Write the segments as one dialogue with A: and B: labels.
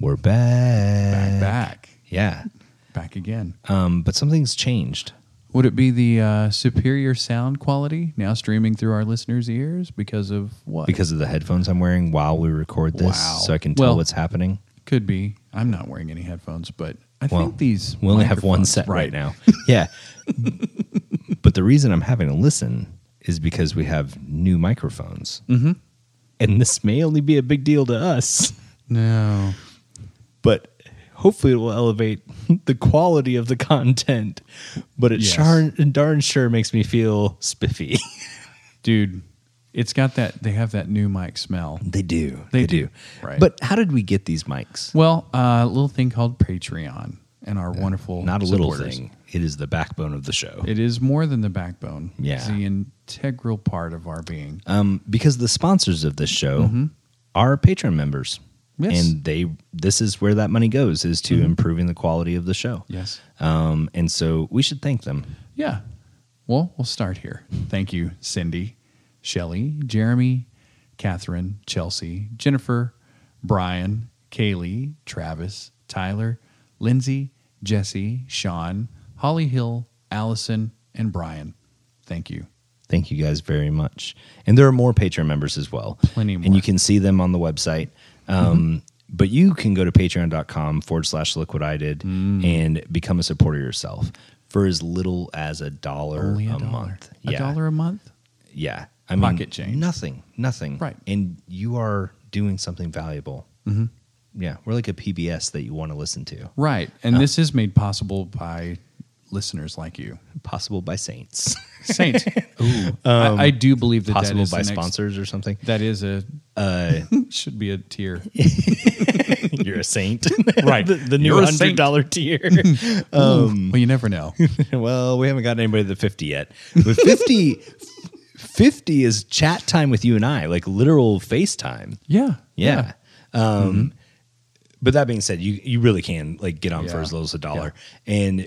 A: we're back.
B: Back, back,
A: Yeah.
B: back again.
A: Um, but something's changed.
B: Would it be the uh, superior sound quality now streaming through our listeners' ears because of what?
A: because of the headphones I'm wearing while we record this,
B: Wow.
A: so I can tell
B: Well,
A: what's happening.
B: could be. I'm not wearing any headphones, but I
A: Well,
B: think these.
A: We only have one
B: microphones-
A: set right, now. yeah. but the reason I'm having to listen is because we have new microphones. Mm-hmm. And this may only be a big deal to us,
B: No.
A: but hopefully it will elevate the quality of the content. But it
B: Yes.
A: darn, darn sure makes me feel spiffy.
B: Dude, it's got that. They have that new mic smell.
A: they do.
B: They do. Right.
A: But how did we get these mics?
B: Well, uh, a little thing called Patreon and our wonderful.
A: Not a little
B: supporters.
A: thing. It is the backbone of the show.
B: It is more than the backbone. It's
A: Yeah.
B: the integral part of our being.
A: um, because the sponsors of this show are Patreon members,
B: Mm-hmm. Yes. Mm-hmm.
A: and they this is where that money goes is to improving the quality of the show.
B: Yes.
A: Um, and so we should thank them.
B: Yeah. Well, we'll start here. Thank you, Cindy, Shelly, Jeremy, Catherine, Chelsea, Jennifer, Brian, Kaylee, Travis, Tyler, Lindsay, Jesse, Sean, Holly Hill, Allison, and Brian. Thank you.
A: Thank you guys very much. And there are more Patreon members as well.
B: Plenty
A: And
B: more. Mm-hmm.
A: you can see them on the website. Um, But you can go to patreon.com forward slash look what I did
B: Mm.
A: and become a supporter yourself for as little as a dollar
B: Only
A: a,
B: a, dollar.
A: month.
B: A dollar a month?
A: Yeah. I
B: Pocket change.
A: Nothing. Nothing.
B: Right.
A: And you are doing something valuable. Mm-hmm. Yeah. We're like a PBS that you want to listen to.
B: Right. And this is made possible by listeners like you.
A: Possible by saints.
B: Saint. Ooh. I, I do believe that that
A: Um, Possible
B: is
A: by
B: the next-
A: sponsors or something.
B: That is a
A: Uh,
B: should be a tier.
A: you're a saint.
B: Right.
A: the, the new
B: You're a
A: hundred
B: saint.
A: dollar tier. Hmm.
B: well, you never know.
A: well, we haven't gotten anybody to fifty yet. But 50, 50 is chat time with you and I, like literal FaceTime.
B: Yeah.
A: Yeah. Um,
B: Mm-hmm.
A: But that being said, you you really can like get on for
B: Yeah.
A: as little as a dollar, and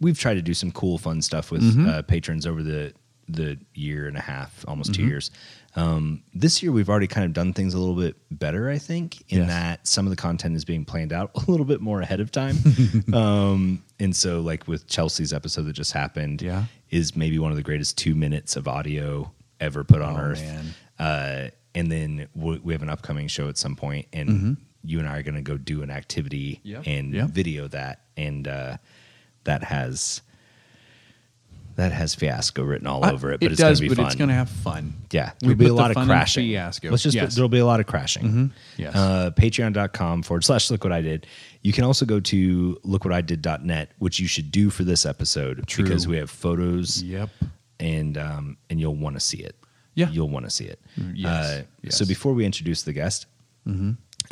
A: we've tried to do some cool, fun stuff with
B: Mm-hmm.
A: uh, patrons over the the year and a half, almost
B: Mm-hmm.
A: two years. Um, this year, we've already kind of done things a little bit better, I think, in
B: Yes.
A: that some of the content is being planned out a little bit more ahead of time. um, and so, like with Chelsea's episode that just happened,
B: Yeah.
A: is maybe one of the greatest two minutes of audio ever put on
B: Oh,
A: Earth
B: man.
A: uh, and then we, we have an upcoming show at some point, and you and I are going to go do an activity
B: Yep.
A: and
B: Yep.
A: video that, and uh, that has that has fiasco written all
B: I-
A: over it.
B: it
A: But it's
B: does,
A: gonna be
B: but
A: fun.
B: it's going to have fun.
A: yeah,
B: we
A: there'll be
B: put
A: a
B: the
A: lot of
B: fun in
A: crashing.
B: fiasco.
A: Let's just
B: Yes.
A: there'll be a lot of crashing.
B: Yes.
A: Uh, Patreon.com forward slash look what I did. You can also go to lookwhatidid.net, which you should do for this episode
B: True.
A: because we have photos
B: Yep.
A: and um, and you'll want to see it.
B: Yeah. Mm,
A: you'll want to see it. Uh,
B: yes, yes. Mm-hmm.
A: So before we introduce the guest,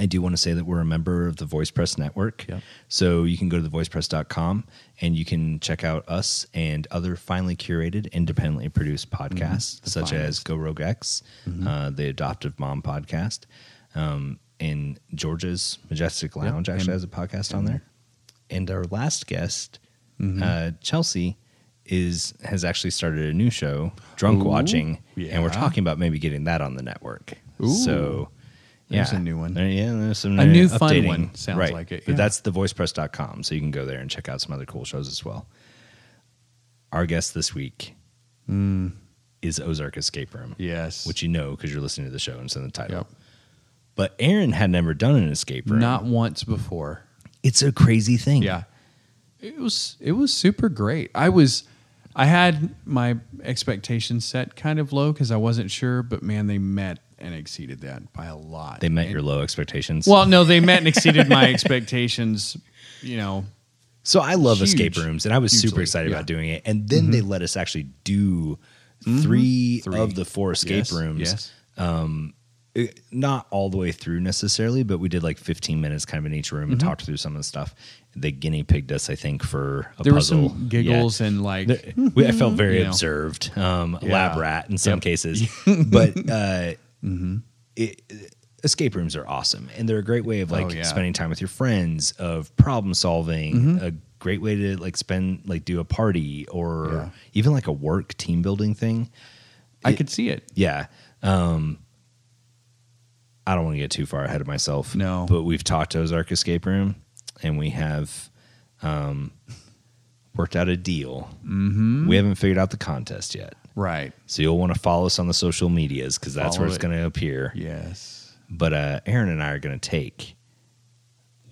A: I do want to say that we're a member of the VoicePress Network.
B: Yep.
A: So you can go to thevoicepress.com and you can check out us and other finely curated, independently produced podcasts
B: Mm-hmm. The
A: such as
B: finest. Mm-hmm.
A: Go Rogue X, uh, the Adoptive Mom podcast, um, and Georgia's Majestic Lounge
B: and-
A: actually has a podcast on there. And our last guest,
B: Mm-hmm.
A: uh, Chelsea, is has actually started a new show, Drunk
B: Ooh,
A: Watching, and we're
B: yeah.
A: talking about maybe getting that on the network.
B: Ooh.
A: So.
B: There's
A: yeah.
B: a new one.
A: There- yeah, there's some
B: A new
A: uh,
B: fun
A: updating.
B: one, sounds
A: right.
B: like it,
A: But
B: yeah.
A: that's thevoicepress.com, so you can go there and check out some other cool shows as well. Our guest this week
B: Mm.
A: is Ozark Escape Room,
B: Yes.
A: which you know because you're listening to the show and it's in the title.
B: Yep.
A: But Aaron had never done an escape room.
B: not once before.
A: it's a crazy thing.
B: Yeah. It was it was super great. I was I had my expectations set kind of low because I wasn't sure, but man, they met and exceeded that by a lot.
A: They met
B: And-
A: your low expectations.
B: Well, no, they met and exceeded my expectations. You know,
A: so I love
B: huge.
A: escape rooms, and I was super
B: Hugely,
A: excited
B: yeah.
A: about doing it. And then
B: Mm-hmm.
A: they let us actually do three,
B: Three.
A: of the four escape
B: Yes,
A: rooms.
B: Yes.
A: it- not all the way through necessarily, but we did like 15 minutes kind of in each room and
B: Mm-hmm.
A: talked through some of the stuff. They guinea pigged us, I think, for a
B: There were
A: puzzle.
B: some giggles and like
A: Yeah. We, I felt very
B: You know.
A: observed, um,
B: Yeah.
A: lab rat in some
B: Yep. Mm-hmm.
A: cases. but uh, it, uh, escape rooms are awesome, and they're a great way of like
B: Oh, yeah.
A: spending time with your friends, of problem solving,
B: Mm-hmm.
A: a great way to like spend like do a party or
B: Yeah.
A: even like a work team building thing.
B: I could see it.
A: Yeah. Um, I don't want to get too far ahead of myself.
B: No.
A: But we've talked Ozark Escape Room and we have um, worked out a deal. Mm-hmm. We haven't figured out the contest yet.
B: Right.
A: So you'll want to follow us on the social medias because that's
B: Follow
A: where it's
B: it.
A: going to appear.
B: Yes.
A: But uh, Aaron and I are going to take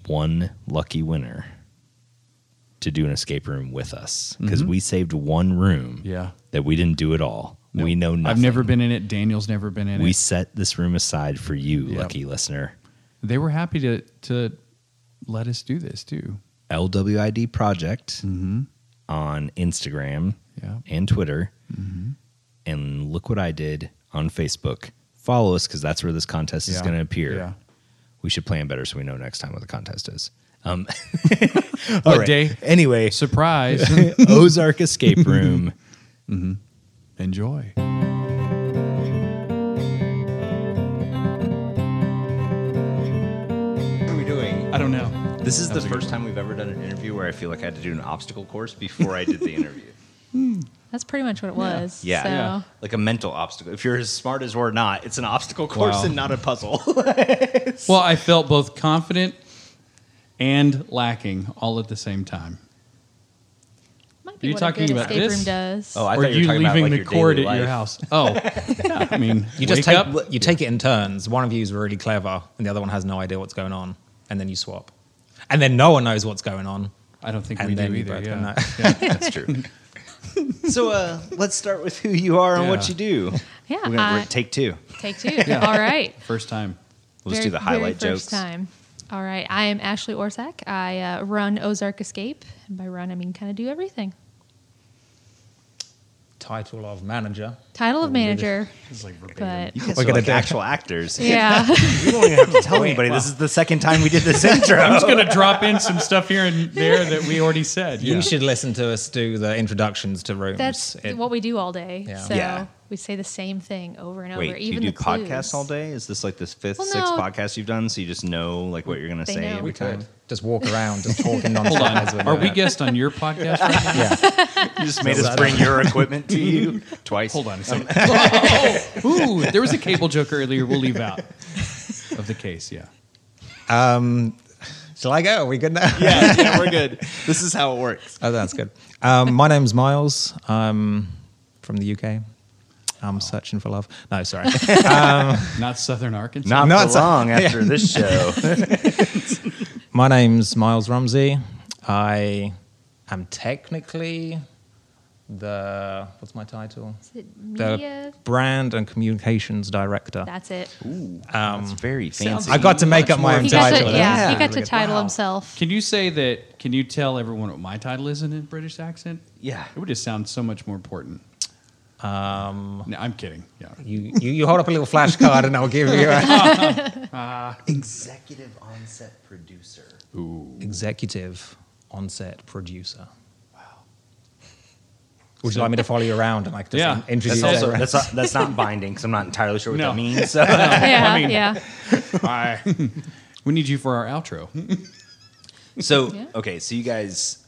A: one lucky winner to do an escape room with us because we saved one room
B: Mm-hmm. Yeah.
A: that we didn't do at all. We know nothing.
B: I've never been in it. Daniel's never been in
A: We
B: it.
A: set this room aside for you,
B: Yep.
A: lucky listener.
B: They were happy to to let us do this too.
A: LWID Project
B: Mm-hmm.
A: on Instagram
B: Yeah.
A: and Twitter.
B: Mm-hmm.
A: And look what I did on Facebook. Follow us because that's where this contest is
B: Yeah.
A: going to appear.
B: Yeah.
A: We should plan better so we know next time what the contest is. Um,
B: What day?
A: Anyway,
B: Surprise.
A: Ozark Escape Room.
B: Enjoy.
A: what are we doing?
B: I don't know.
A: This is
B: That was
A: the
B: a good
A: first time we've ever done an interview where I feel like I had to do an obstacle course before I did the interview.
C: That's pretty much what it was.
A: Yeah.
C: So
B: Yeah.
A: Like a mental obstacle. If you're as smart as we're not, it's an obstacle course
B: Wow.
A: and not a puzzle.
B: Well, I felt both confident and lacking all at the same time.
C: might be
B: You're
C: what
B: talking
C: a good
B: about
C: escape
B: this?
C: room does.
A: Oh, I thought
B: or
A: you were
B: you
A: talking about,
B: leaving
A: like,
B: the
A: your
B: cord at
A: daily
B: your
A: life.
B: house. Oh, yeah, I mean,
D: You just
B: wake
D: take
B: up.
D: you take it in turns. One of you is really clever, and the other one has no idea what's going on, and then you swap, and then no one knows what's going on.
B: I don't think
D: And
B: we do
D: then we
B: either.
D: both
B: Yeah.
D: come
A: That's true. so uh, let's start with who you are and what
B: Yeah.
A: you do.
C: Yeah,
A: We're gonna
C: I-
A: we're- take two.
C: Take two.
B: Yeah.
C: All right.
B: First time.
A: We'll just
C: Very-
A: do the
C: very
A: highlight jokes.
C: first time. All right. I am Ashley Orsak. I uh, run Ozark Escape. And by run, I mean kind of do everything.
D: Title of manager.
C: Title of manager,
B: It's like verbatim.
C: but
A: You guys
D: We're
A: are
D: gonna
A: like
D: do-
A: actual actors.
C: yeah.
A: You don't even have to tell anybody. This is the second time we did this
B: I'm
A: intro.
B: just gonna drop in some stuff here and there that we already said.
D: You
B: Yeah.
D: should listen to us do the introductions to rooms.
C: That's
D: It-
C: what we do all day.
D: Yeah.
C: So
A: Yeah.
C: we say the same thing over and
A: Wait,
C: over.
A: do
C: Even
A: you do
C: the clues.
A: podcasts all day? Is this like this fifth,
C: Well,
A: sixth
C: no.
A: podcast you've done? So you just know like what you're gonna
C: They
A: say
C: know.
A: every
C: We
A: time.
D: just walk around, just talking nonstop.
B: Hold
D: as
B: on.
D: we're
B: Are
D: doing
B: we
D: it.
B: guest on your podcast? Right now?
D: Yeah.
A: You just made us
D: that-
A: bring your equipment to you twice.
B: Hold on a second. Oh, ooh, there was a cable joke earlier. We'll leave out of the case. Yeah.
D: Shall I go? Are we good now?
A: Yeah, yeah, we're good. This is how it works.
D: Oh, that's good. Um, my name's Miles. I'm from the UK. I'm searching for love. No, sorry.
B: Not Southern Arkansas.
A: Not,
D: Not
A: for
D: so-
A: long after this show.
D: my name's Miles Rumsey. I am technically the what's my title?
C: Is it
D: The
C: media?
D: brand and communications director.
C: That's it.
A: it's very
B: Sounds
A: fancy.
D: I got to make up my own
C: He got to,
D: title.
C: yeah,
A: Yeah.
C: he got to
A: Really good.
C: title
A: Wow.
C: himself.
B: Can you say that? Can you tell everyone what my title is in a British accent?
A: Yeah.
B: It would just sound so much more important. Um, no, I'm kidding. Yeah.
D: You, you, you hold up a little flashcard and I'll give you an
A: Executive onset producer.
D: executive onset producer. Wow. Would you like me to follow you around and like just
B: Yeah.
D: in- introduce
A: That's also
D: everyone?
A: that's not, that's not binding because I'm not entirely sure what
B: No.
A: that means. So.
C: yeah, yeah.
B: We need you for our outro.
A: So
C: Yeah.
A: okay, so you guys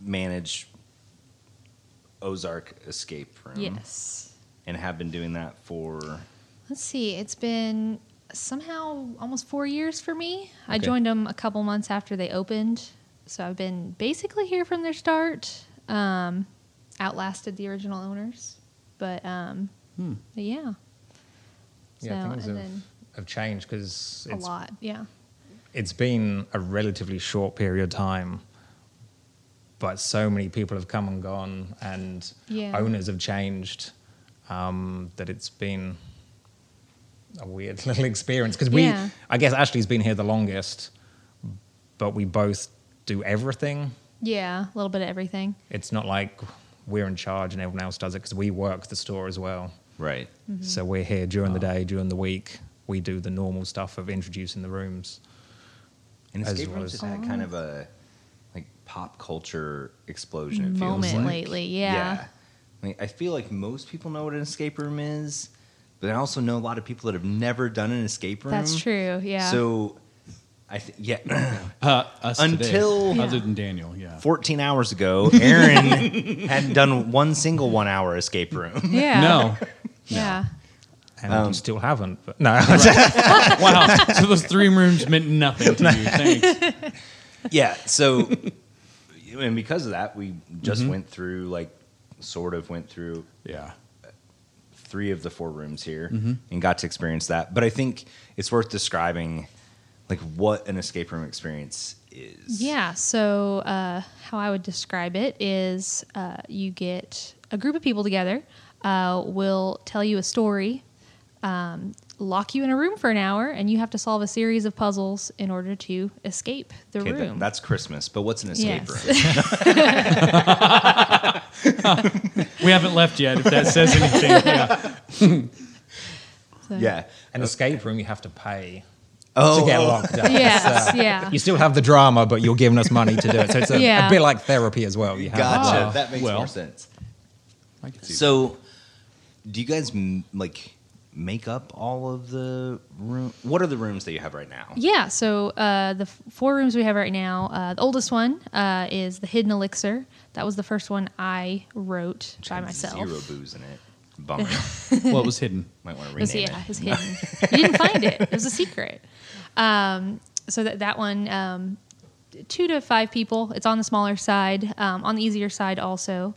A: manage Ozark Escape Room,
C: Yes.
A: and have been doing that for
C: Let's see. It's been somehow almost four years for me. I
A: Okay.
C: joined them a couple months after they opened, so I've been basically here from their start. Um, outlasted the original owners, but um,
A: Hmm.
C: but yeah,
D: yeah,
C: So,
D: things have,
C: and then-
D: have changed because
C: a
D: it's
C: lot. Yeah,
D: it's been a relatively short period of time, but so many people have come and gone, and
C: Yeah.
D: owners have changed um, that it's been a weird little experience. Because we,
C: Yeah.
D: I guess Ashley's been here the longest, but we both do everything.
C: yeah, a little bit of everything.
D: It's not like we're in charge and everyone else does it because we work the store as well.
A: right.
C: Mm-hmm.
D: So we're here during the day, during the week. We do the normal stuff of introducing the rooms.
A: And
D: As
A: Escape
D: well
A: Rooms
D: as-
A: has had
C: Oh.
A: kind of a like pop culture explosion. It feels
C: Moment
A: like.
C: lately, yeah.
A: I, mean, I feel like most people know what an escape room is, but I also know a lot of people that have never done an escape room.
C: That's true. Yeah.
A: So, I th- yeah.
B: Uh, us today.
A: Until-
B: other
C: Yeah.
B: than Daniel. Yeah.
A: 14 hours ago, Aaron hadn't done one single one hour escape room.
C: yeah.
B: No.
C: Yeah.
D: and you still haven't. But no,
B: Wow. so those three rooms meant nothing to you. Thanks.
A: yeah so and because of that we just
C: Mm-hmm.
A: went through like sort of went through
B: Yeah.
A: three of the four rooms here
C: Mm-hmm.
A: and got to experience that but i think it's worth describing like what an escape room experience is
C: Yeah. So, uh, how I would describe it is uh, you get a group of people together, uh, will tell you a story, um, lock you in a room for an hour, and you have to solve a series of puzzles in order to escape the
A: okay
C: room.
A: that, that's christmas but what's an escape
C: Yes.
A: room
B: We haven't left yet, if that says anything. Yeah.
C: So-
A: yeah
D: an escape room you have to pay to
A: oh
D: get locked up.
C: Yes. yeah.
D: You still have the drama, but you're giving us money to do it. So it's a,
C: Yeah.
D: a bit like therapy as well. You have
A: gotcha
B: Oh,
A: that makes
B: well.
A: more sense
B: I can see
A: so do you guys m- like make up all of the room what are the rooms that you have right now
C: Yeah, so uh, the f- four rooms we have right now, uh, the oldest one uh, is the Hidden Elixir. That was the first one I wrote by
A: And
C: myself.
A: zero booze in it bummer
B: that. What was hidden?
A: might want to
C: It was,
A: rename
C: yeah, it
A: it
C: was hidden. you didn't find it. It was a secret. Um, so that that one, um, two to five people. It's on the smaller side, um, on the easier side also.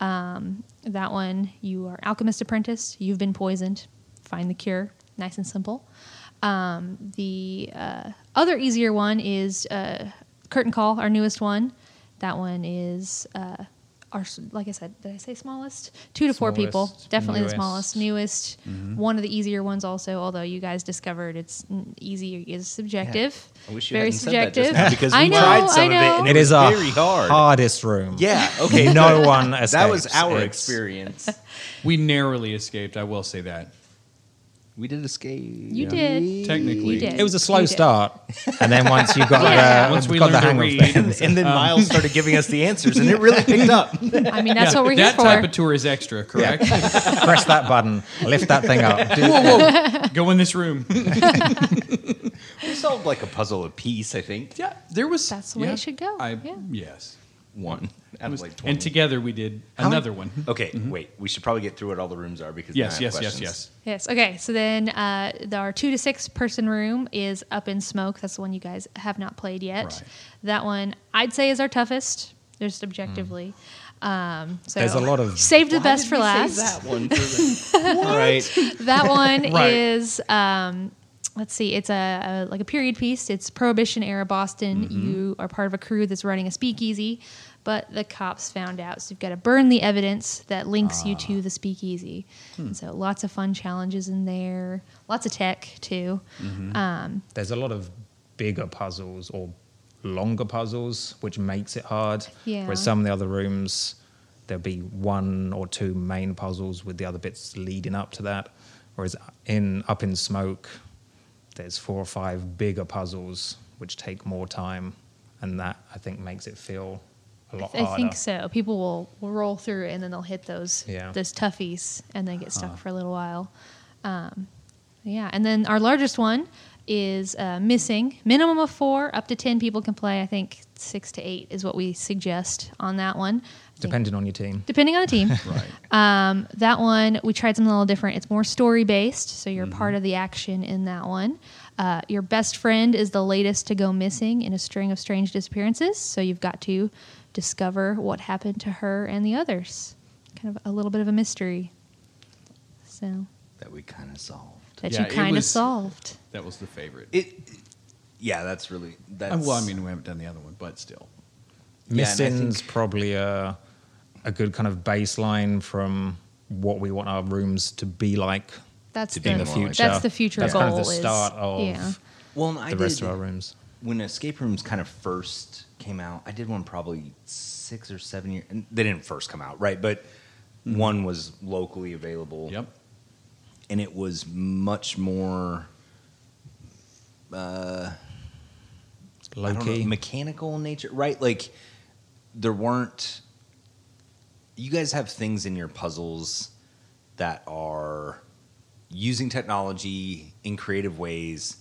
C: Um, that one, you are alchemist apprentice. You've been poisoned. Find the cure. Nice and simple. Um, the uh, other easier one is uh, curtain call, our newest one. That one is. Uh, our, s- like I said, did I say smallest? Two to four people,
D: Smallest,
C: definitely the
D: newest.
C: smallest, newest,
D: Mm-hmm.
C: one of the easier ones also. Although you guys discovered it's n- easy is subjective,
A: I wish you
C: very
A: hadn't said that
C: subjective.
A: just now because
C: I
A: we
C: know,
A: tried some
C: I
A: of it
C: know.
A: and
D: It is our
A: Very hard.
D: hardest room.
A: yeah okay
D: No one escapes.
A: that was our
D: It's-
A: experience
B: We narrowly escaped, I will say that.
A: we did escape
C: You did.
B: Technically.
C: You did.
D: It was a slow
C: You did.
D: start, and then once you got
C: Yeah.
D: the,
B: Uh, Once we
D: got the
B: learned to
D: hang
B: read.
D: of things,
A: and, and then miles started giving us the answers and it really picked up
C: I mean, that's
B: Yeah,
C: what we're
B: that
C: here
B: type
C: for.
B: of tour is extra, correct?
D: press that button, lift that thing up. do-
B: Go in this room.
A: we solved like a puzzle a piece i think
B: yeah, there was.
C: That's the way
B: yeah,
C: it should go,
B: I,
C: yeah.
B: Yes.
A: one out of like 20
B: and together we did
A: many-
B: another one.
A: okay wait we should probably get through what all the rooms are because
B: Yes,
A: then I have
B: yes, yes,
A: questions.
B: yes.
C: yes. Okay. So then, uh, the- our two to six person room is up in smoke. That's the one you guys have not played yet.
B: Right.
C: That one I'd say is our toughest, just objectively. Um, so
D: Mm. There's a lot of-
C: saved the
A: Why
C: best
A: did
C: for
A: we
C: last.
A: save that one for the- all right
C: that one
B: Right.
C: is um, let's see it's a, a like a period piece it's prohibition era boston you are part of a crew that's running a speakeasy but the cops found out so you've got to burn the evidence that links you to the speakeasy And so lots of fun challenges in there lots of tech too um,
D: There's a lot of bigger puzzles or longer puzzles, which makes it hard.
C: Yeah.
D: Whereas some of the other rooms, there'll be one or two main puzzles with the other bits leading up to that. Whereas in up in smoke, there's four or five bigger puzzles which take more time, and that I think makes it feel a lot
C: I
D: harder.
C: think so. People will, will roll through it and then they'll hit those
D: Yeah. Uh-huh.
C: those toughies and then get stuck for a little while. Um, yeah, and then our largest one is uh, missing. Minimum of four, up to ten people can play. I think six to eight is what we suggest on that one. I think-
D: Depending on your team.
C: depending on the team.
B: Right.
C: Um, that one we tried something a little different. It's more story based, so you're part of the action in that one. Uh, your best friend is the latest to go missing in a string of strange disappearances, so you've got to discover what happened to her and the others. Kind of a little bit of a mystery. So
A: that we kind of solved
C: that
B: Yeah,
C: you
B: it
C: kind of
B: was-
C: solved.
B: That was the favorite.
A: it yeah that's really that's
B: Uh, well, I mean, we haven't done the other one, but still.
A: Yeah, and I
D: Missing's probably a, a good kind of baseline from what we want our rooms to be like
C: That's
A: To
C: the,
A: be
D: in the
A: Well,
D: future.
C: that's the future
D: That's
C: goal.
D: kind of the
C: is-
D: start of
C: yeah.
A: well and I
D: the rest of
A: did-
D: our rooms.
A: when escape rooms kind of first came out, I did one probably six or seven years. And they didn't first come out, right? But one was locally available.
B: Mm-hmm. Yep.
A: And it was much more I
D: Low
A: don't know,
D: key.
A: mechanical in nature, right? Like there weren't. You guys have things in your puzzles that are using technology in creative ways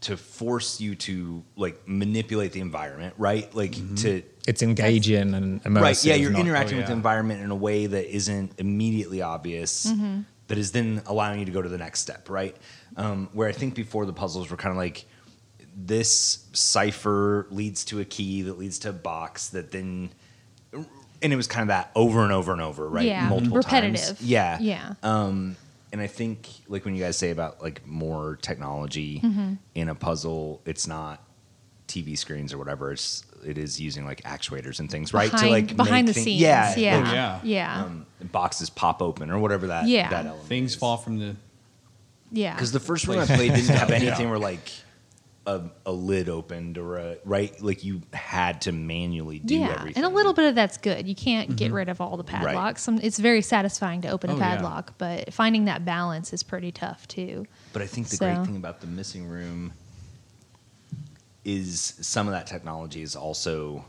A: to force you to like manipulate the environment, right? Like to
D: it's engaging and immersive.
A: right yeah you're
D: not- oh,
A: interacting
B: oh,
A: with the
B: yeah.
C: Mm-hmm.
A: environment in a way that isn't immediately obvious that is then allowing you to go to the next step, right? Um, where I think before the puzzles were kind of like this cipher leads to a key that leads to a box that then, and it was kind of that over and over and over, right?
C: Yeah, repetitive.
A: Times. Yeah,
C: Yeah.
A: Um, and I think like when you guys say about like more technology
C: Mm-hmm.
A: in a puzzle, it's not TV screens or whatever. It's it is using like actuators and things, right?
C: Behind,
A: like
C: behind the
A: make thing-
C: scenes.
A: yeah,
C: Yeah.
A: like,
C: Yeah.
B: yeah.
C: Yeah.
A: um, boxes pop open or whatever that
C: Yeah.
A: that element
B: Things fall from the.
A: because the first one I played didn't have anything where like a, a lid opened or a right like you had to manually do
C: yeah,
A: everything Mm-hmm.
C: and a little bit of that's good. You can't get rid of all the padlocks. Some, it's very satisfying to open
B: Oh,
C: a
B: yeah.
C: padlock, but finding that balance is pretty tough too.
A: But I think the
C: So-
A: great thing about the missing room is some of that technology is also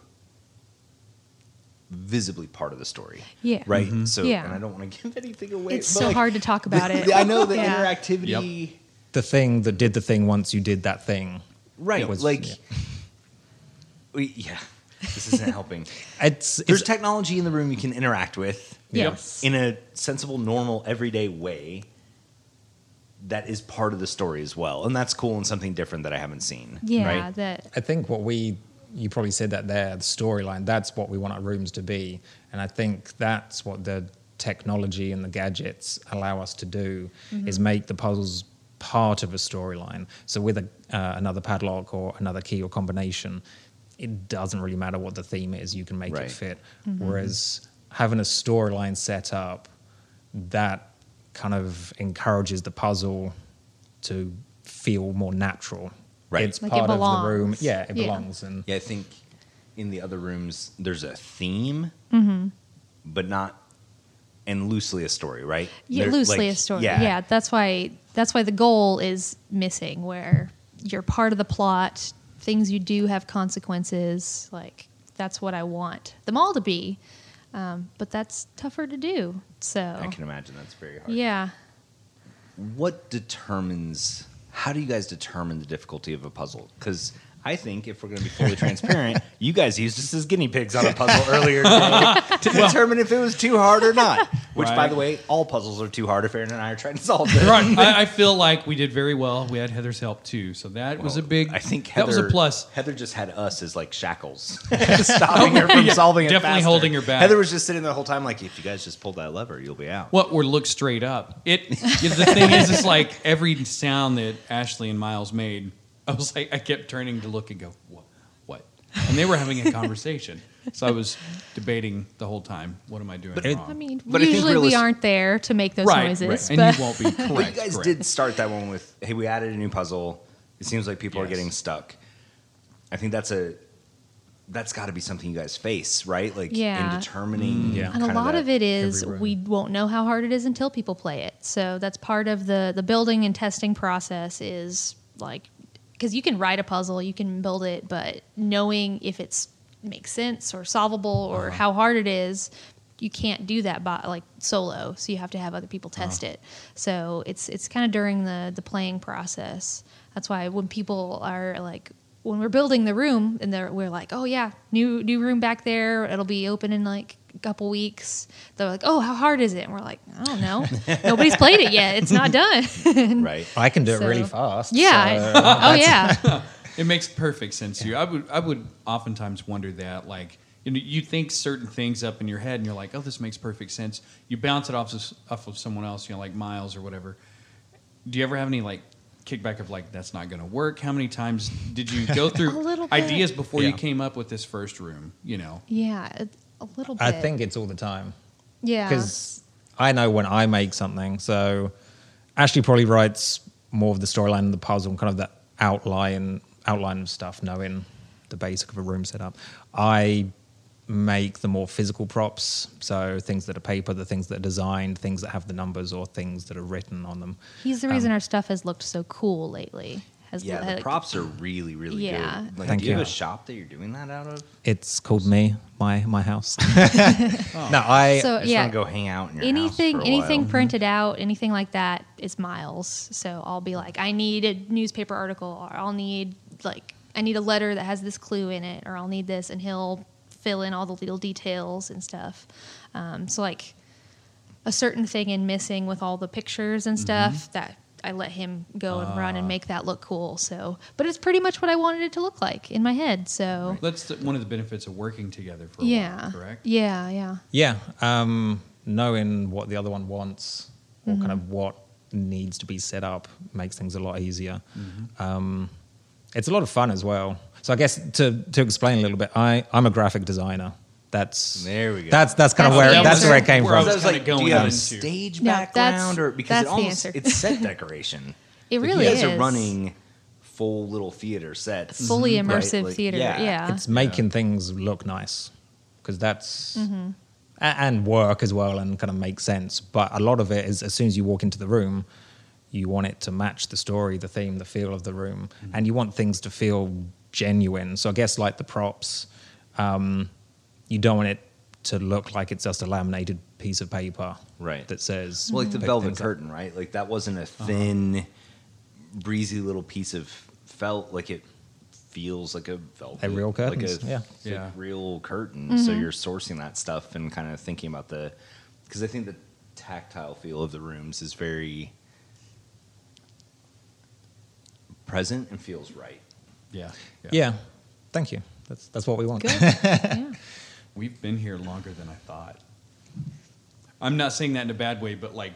A: visibly part of the story.
C: Yeah.
A: Right.
D: Mm-hmm.
A: So,
C: Yeah.
A: and I don't want to give anything away.
C: It's
A: but,
C: so
A: like,
C: hard to talk about it.
A: I know the
C: Yeah.
A: interactivity.
D: the thing that did the thing once you did that thing.
A: Right.
D: It was-
A: like,
D: yeah.
A: we, yeah. This isn't helping.
D: it's,
A: There's
D: it's
A: technology in the room you can interact with
C: Yes.
A: in a sensible, normal, everyday way that is part of the story as well. And that's cool and something different that I haven't seen.
C: Yeah,
A: Right?
C: that
D: I think what we you probably said that there, the storyline, that's what we want our rooms to be. And I think that's what the technology and the gadgets allow us to do is make the puzzles part of a storyline. So with a, uh, another padlock or another key or combination, it doesn't really matter what the theme is, you can make
A: Right.
D: it fit. Whereas having a storyline set up that kind of encourages the puzzle to feel more natural.
A: Right.
D: It's
C: Like it
D: part of the room.
C: belongs.
D: Yeah, it
C: Yeah.
D: belongs. And
A: Yeah, I think in the other rooms there's a theme,
C: Mm-hmm.
A: but not and loosely a story, right?
C: yeah,
A: There-
C: loosely
A: like,
C: a story. Yeah. that's why that's why the goal is missing, where you're part of the plot. Things you do have consequences. Like that's what I want them all to be, um, but that's tougher to do. So
A: I can imagine that's very hard.
C: yeah,
A: What determines? How do you guys determine the difficulty of a puzzle? Because I think if we're going to be fully transparent, you guys used us as guinea pigs on a puzzle earlier today to determine if it was too hard or not. Which, by
B: Right.
A: the way, all puzzles are too hard if Aaron and I are trying to solve them.
B: Right. I, I feel like we did very well. We had Heather's help too, so that was a
A: Well,
B: big.
A: I think
B: that
A: Heather,
B: was a plus.
A: Heather just had us as like shackles, stopping her from
B: Yeah,
A: solving it.
B: definitely
A: faster.
B: holding her back.
A: Heather was just sitting there the whole time, like, if you guys just pull that lever, you'll be out.
B: What or look straight up. It the thing is, it's like every sound that Ashley and Miles made, I was like, I kept turning to look and go, what? what? And they were having a conversation, so I was debating the whole time. What am I doing
A: But it-
B: wrong?
C: I mean,
A: But I think
C: usually we
A: realis-
C: aren't there to make those
B: right,
C: noises.
B: right.
C: But
B: and you won't be correct.
A: But you guys
B: correct.
A: did start that one with, hey, we added a new puzzle. It seems like people are
B: Yes.
A: getting stuck. I think that's a that's got to be something you guys face, right? Like
C: Yeah.
A: in
B: Mm,
A: determining.
D: Yeah.
C: and a
A: kind
C: lot
A: that-
C: of it is
D: everywhere.
C: we won't know how hard it is until people play it so that's part of the the building and testing process is like because you can write a puzzle you can build it but knowing if it's makes sense or solvable or how hard it is you can't do that by like solo so you have to have other people test it so it's it's kind of during the the playing process that's why when people are like when we're building the room and they're, we're like, oh yeah, new new room back there. It'll be open in like a couple weeks. They're like, oh, how hard is it? And we're like, I don't know. Nobody's played it yet. It's not done.
A: right?
D: I can do
C: So-
D: it really fast.
C: yeah.
D: so-
C: oh yeah.
B: It makes perfect sense to you. I would I would oftentimes wonder that like you know, you think certain things up in your head and you're like, oh, this makes perfect sense. You bounce it off of, off of someone else, you know, like Miles or whatever. Do you ever have any like kickback of like that's not going to work? How many times did you go
C: A
B: through
C: little bit.
B: ideas before you
D: Yeah.
B: came up with this first room? You know,
C: Yeah. it- A little bit.
D: I think it's all the time.
C: Yeah.
D: Because I know when I make something. So Ashley probably writes more of the storyline and the puzzle and kind of the outline outline of stuff, knowing the basic of a room setup. I make the more physical props, so things that are paper, the things that are designed, things that have the numbers or things that are written on them.
C: He's the reason our stuff has looked so cool lately. Has
A: Yeah, the
C: like-
A: props are really, really
C: Yeah.
A: good. Like,
D: Thank
A: do you have
D: you.
A: a shop that you're doing that out of?
D: It's called me, my my house. No, I
C: So
A: I just
C: yeah.
A: want to go hang out in your house for
C: anything
A: a
C: anything
A: while.
C: printed out anything like that is miles so i'll be like i need a newspaper article or i'll need like i need a letter that has this clue in it or i'll need this and he'll fill in all the little details and stuff um, so like a certain thing in missing with all the pictures
A: Mm-hmm.
C: and stuff that I let him go and run
A: Ah.
C: and make that look cool. So, but it's pretty much what I wanted it to look like in my head. So,
B: That's the, one of the benefits of working together for a
C: yeah,
B: while, correct?
C: yeah, yeah,
D: Yeah, um, knowing what the other one wants or kind
C: Mm-hmm.
D: of what needs to be set up makes things a lot easier.
C: Mm-hmm.
D: Um, it's a lot of fun as well. So I guess to to explain a little bit, I I'm a graphic designer. That's
A: There we go.
D: That's that's
C: That's
D: kind of where
C: the
D: that's
C: answer.
D: where it came
B: Where I
D: from.
B: was
A: was
B: kinda
A: like, do
B: going
A: you have a
B: into-
A: stage
C: No, that's-
A: background or because
C: that's
A: it
C: the
A: almost
C: answer.
A: it's set decoration.
C: It
A: Like,
C: really
A: you guys are
C: is.
A: running full little theater sets, Mm-hmm.
C: fully
A: right?
C: immersive
A: Like,
C: theater. Yeah,
D: It's making things look nice because that's
C: Mm-hmm.
D: a- and work as well and kind of make sense. But a lot of it is as soon as you walk into the room, you want it to match the story, the theme, the feel of the room,
A: Mm-hmm.
D: and you want things to feel genuine. So I guess like the props, um, you don't want it to look like it's just a laminated piece of paper,
A: Right.
D: That says
C: Mm-hmm.
A: Well, Mm-hmm. like Uh-huh. the
D: pick
A: velvet
D: things up.
A: curtain, right? Like that wasn't a thin, breezy little piece of felt. Like it feels like a velvet,
D: real curtains,
A: like a
D: yeah.
A: thick
B: Yeah.
A: real curtain. So
C: Mm-hmm.
A: you're sourcing that stuff and kind of thinking about the, because I think the tactile feel of the rooms is very present and feels right.
B: Yeah.
D: Yeah, thank you. That's that's what we want.
C: Good. yeah.
B: We've been here longer than I thought. I'm not saying that in a bad way, but like,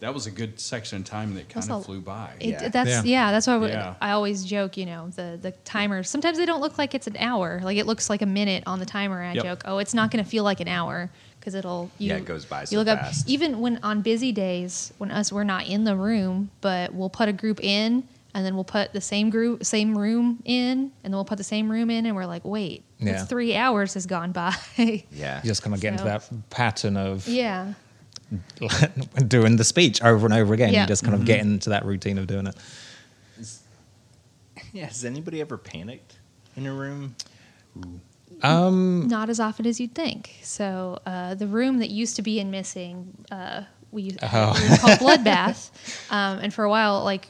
B: that was a good section of time that
C: That's
B: kind of
C: a-
B: flew by.
C: It,
A: Yeah.
C: That's yeah.
D: Yeah.
C: That's why we-
B: Yeah.
C: I always joke. You know, the the timers. Sometimes they don't look like it's an hour. Like it looks like a minute on the timer. And I
B: Yep.
C: joke, oh, it's not going to feel like an hour because it'll. You,
A: Yeah, it goes by so
C: you look
A: fast.
C: up even when on busy days when us we're not in the room, but we'll put a group in. And then we'll put the same group, same room in, and then we'll put the same room in, and we're like, wait,
D: Yeah.
C: it's three hours has gone by.
A: Yeah,
D: You just kind of get into
C: So-
D: that pattern of
C: yeah.
D: doing the speech over and over again.
C: Yeah.
D: You just kind of get into that routine of doing it.
A: yeah. Has anybody ever panicked in a room?
C: not as often as you'd think. So uh, the room that used to be in missing, uh, we used
D: Oh.
C: it was called Bloodbath, um, and for a while, like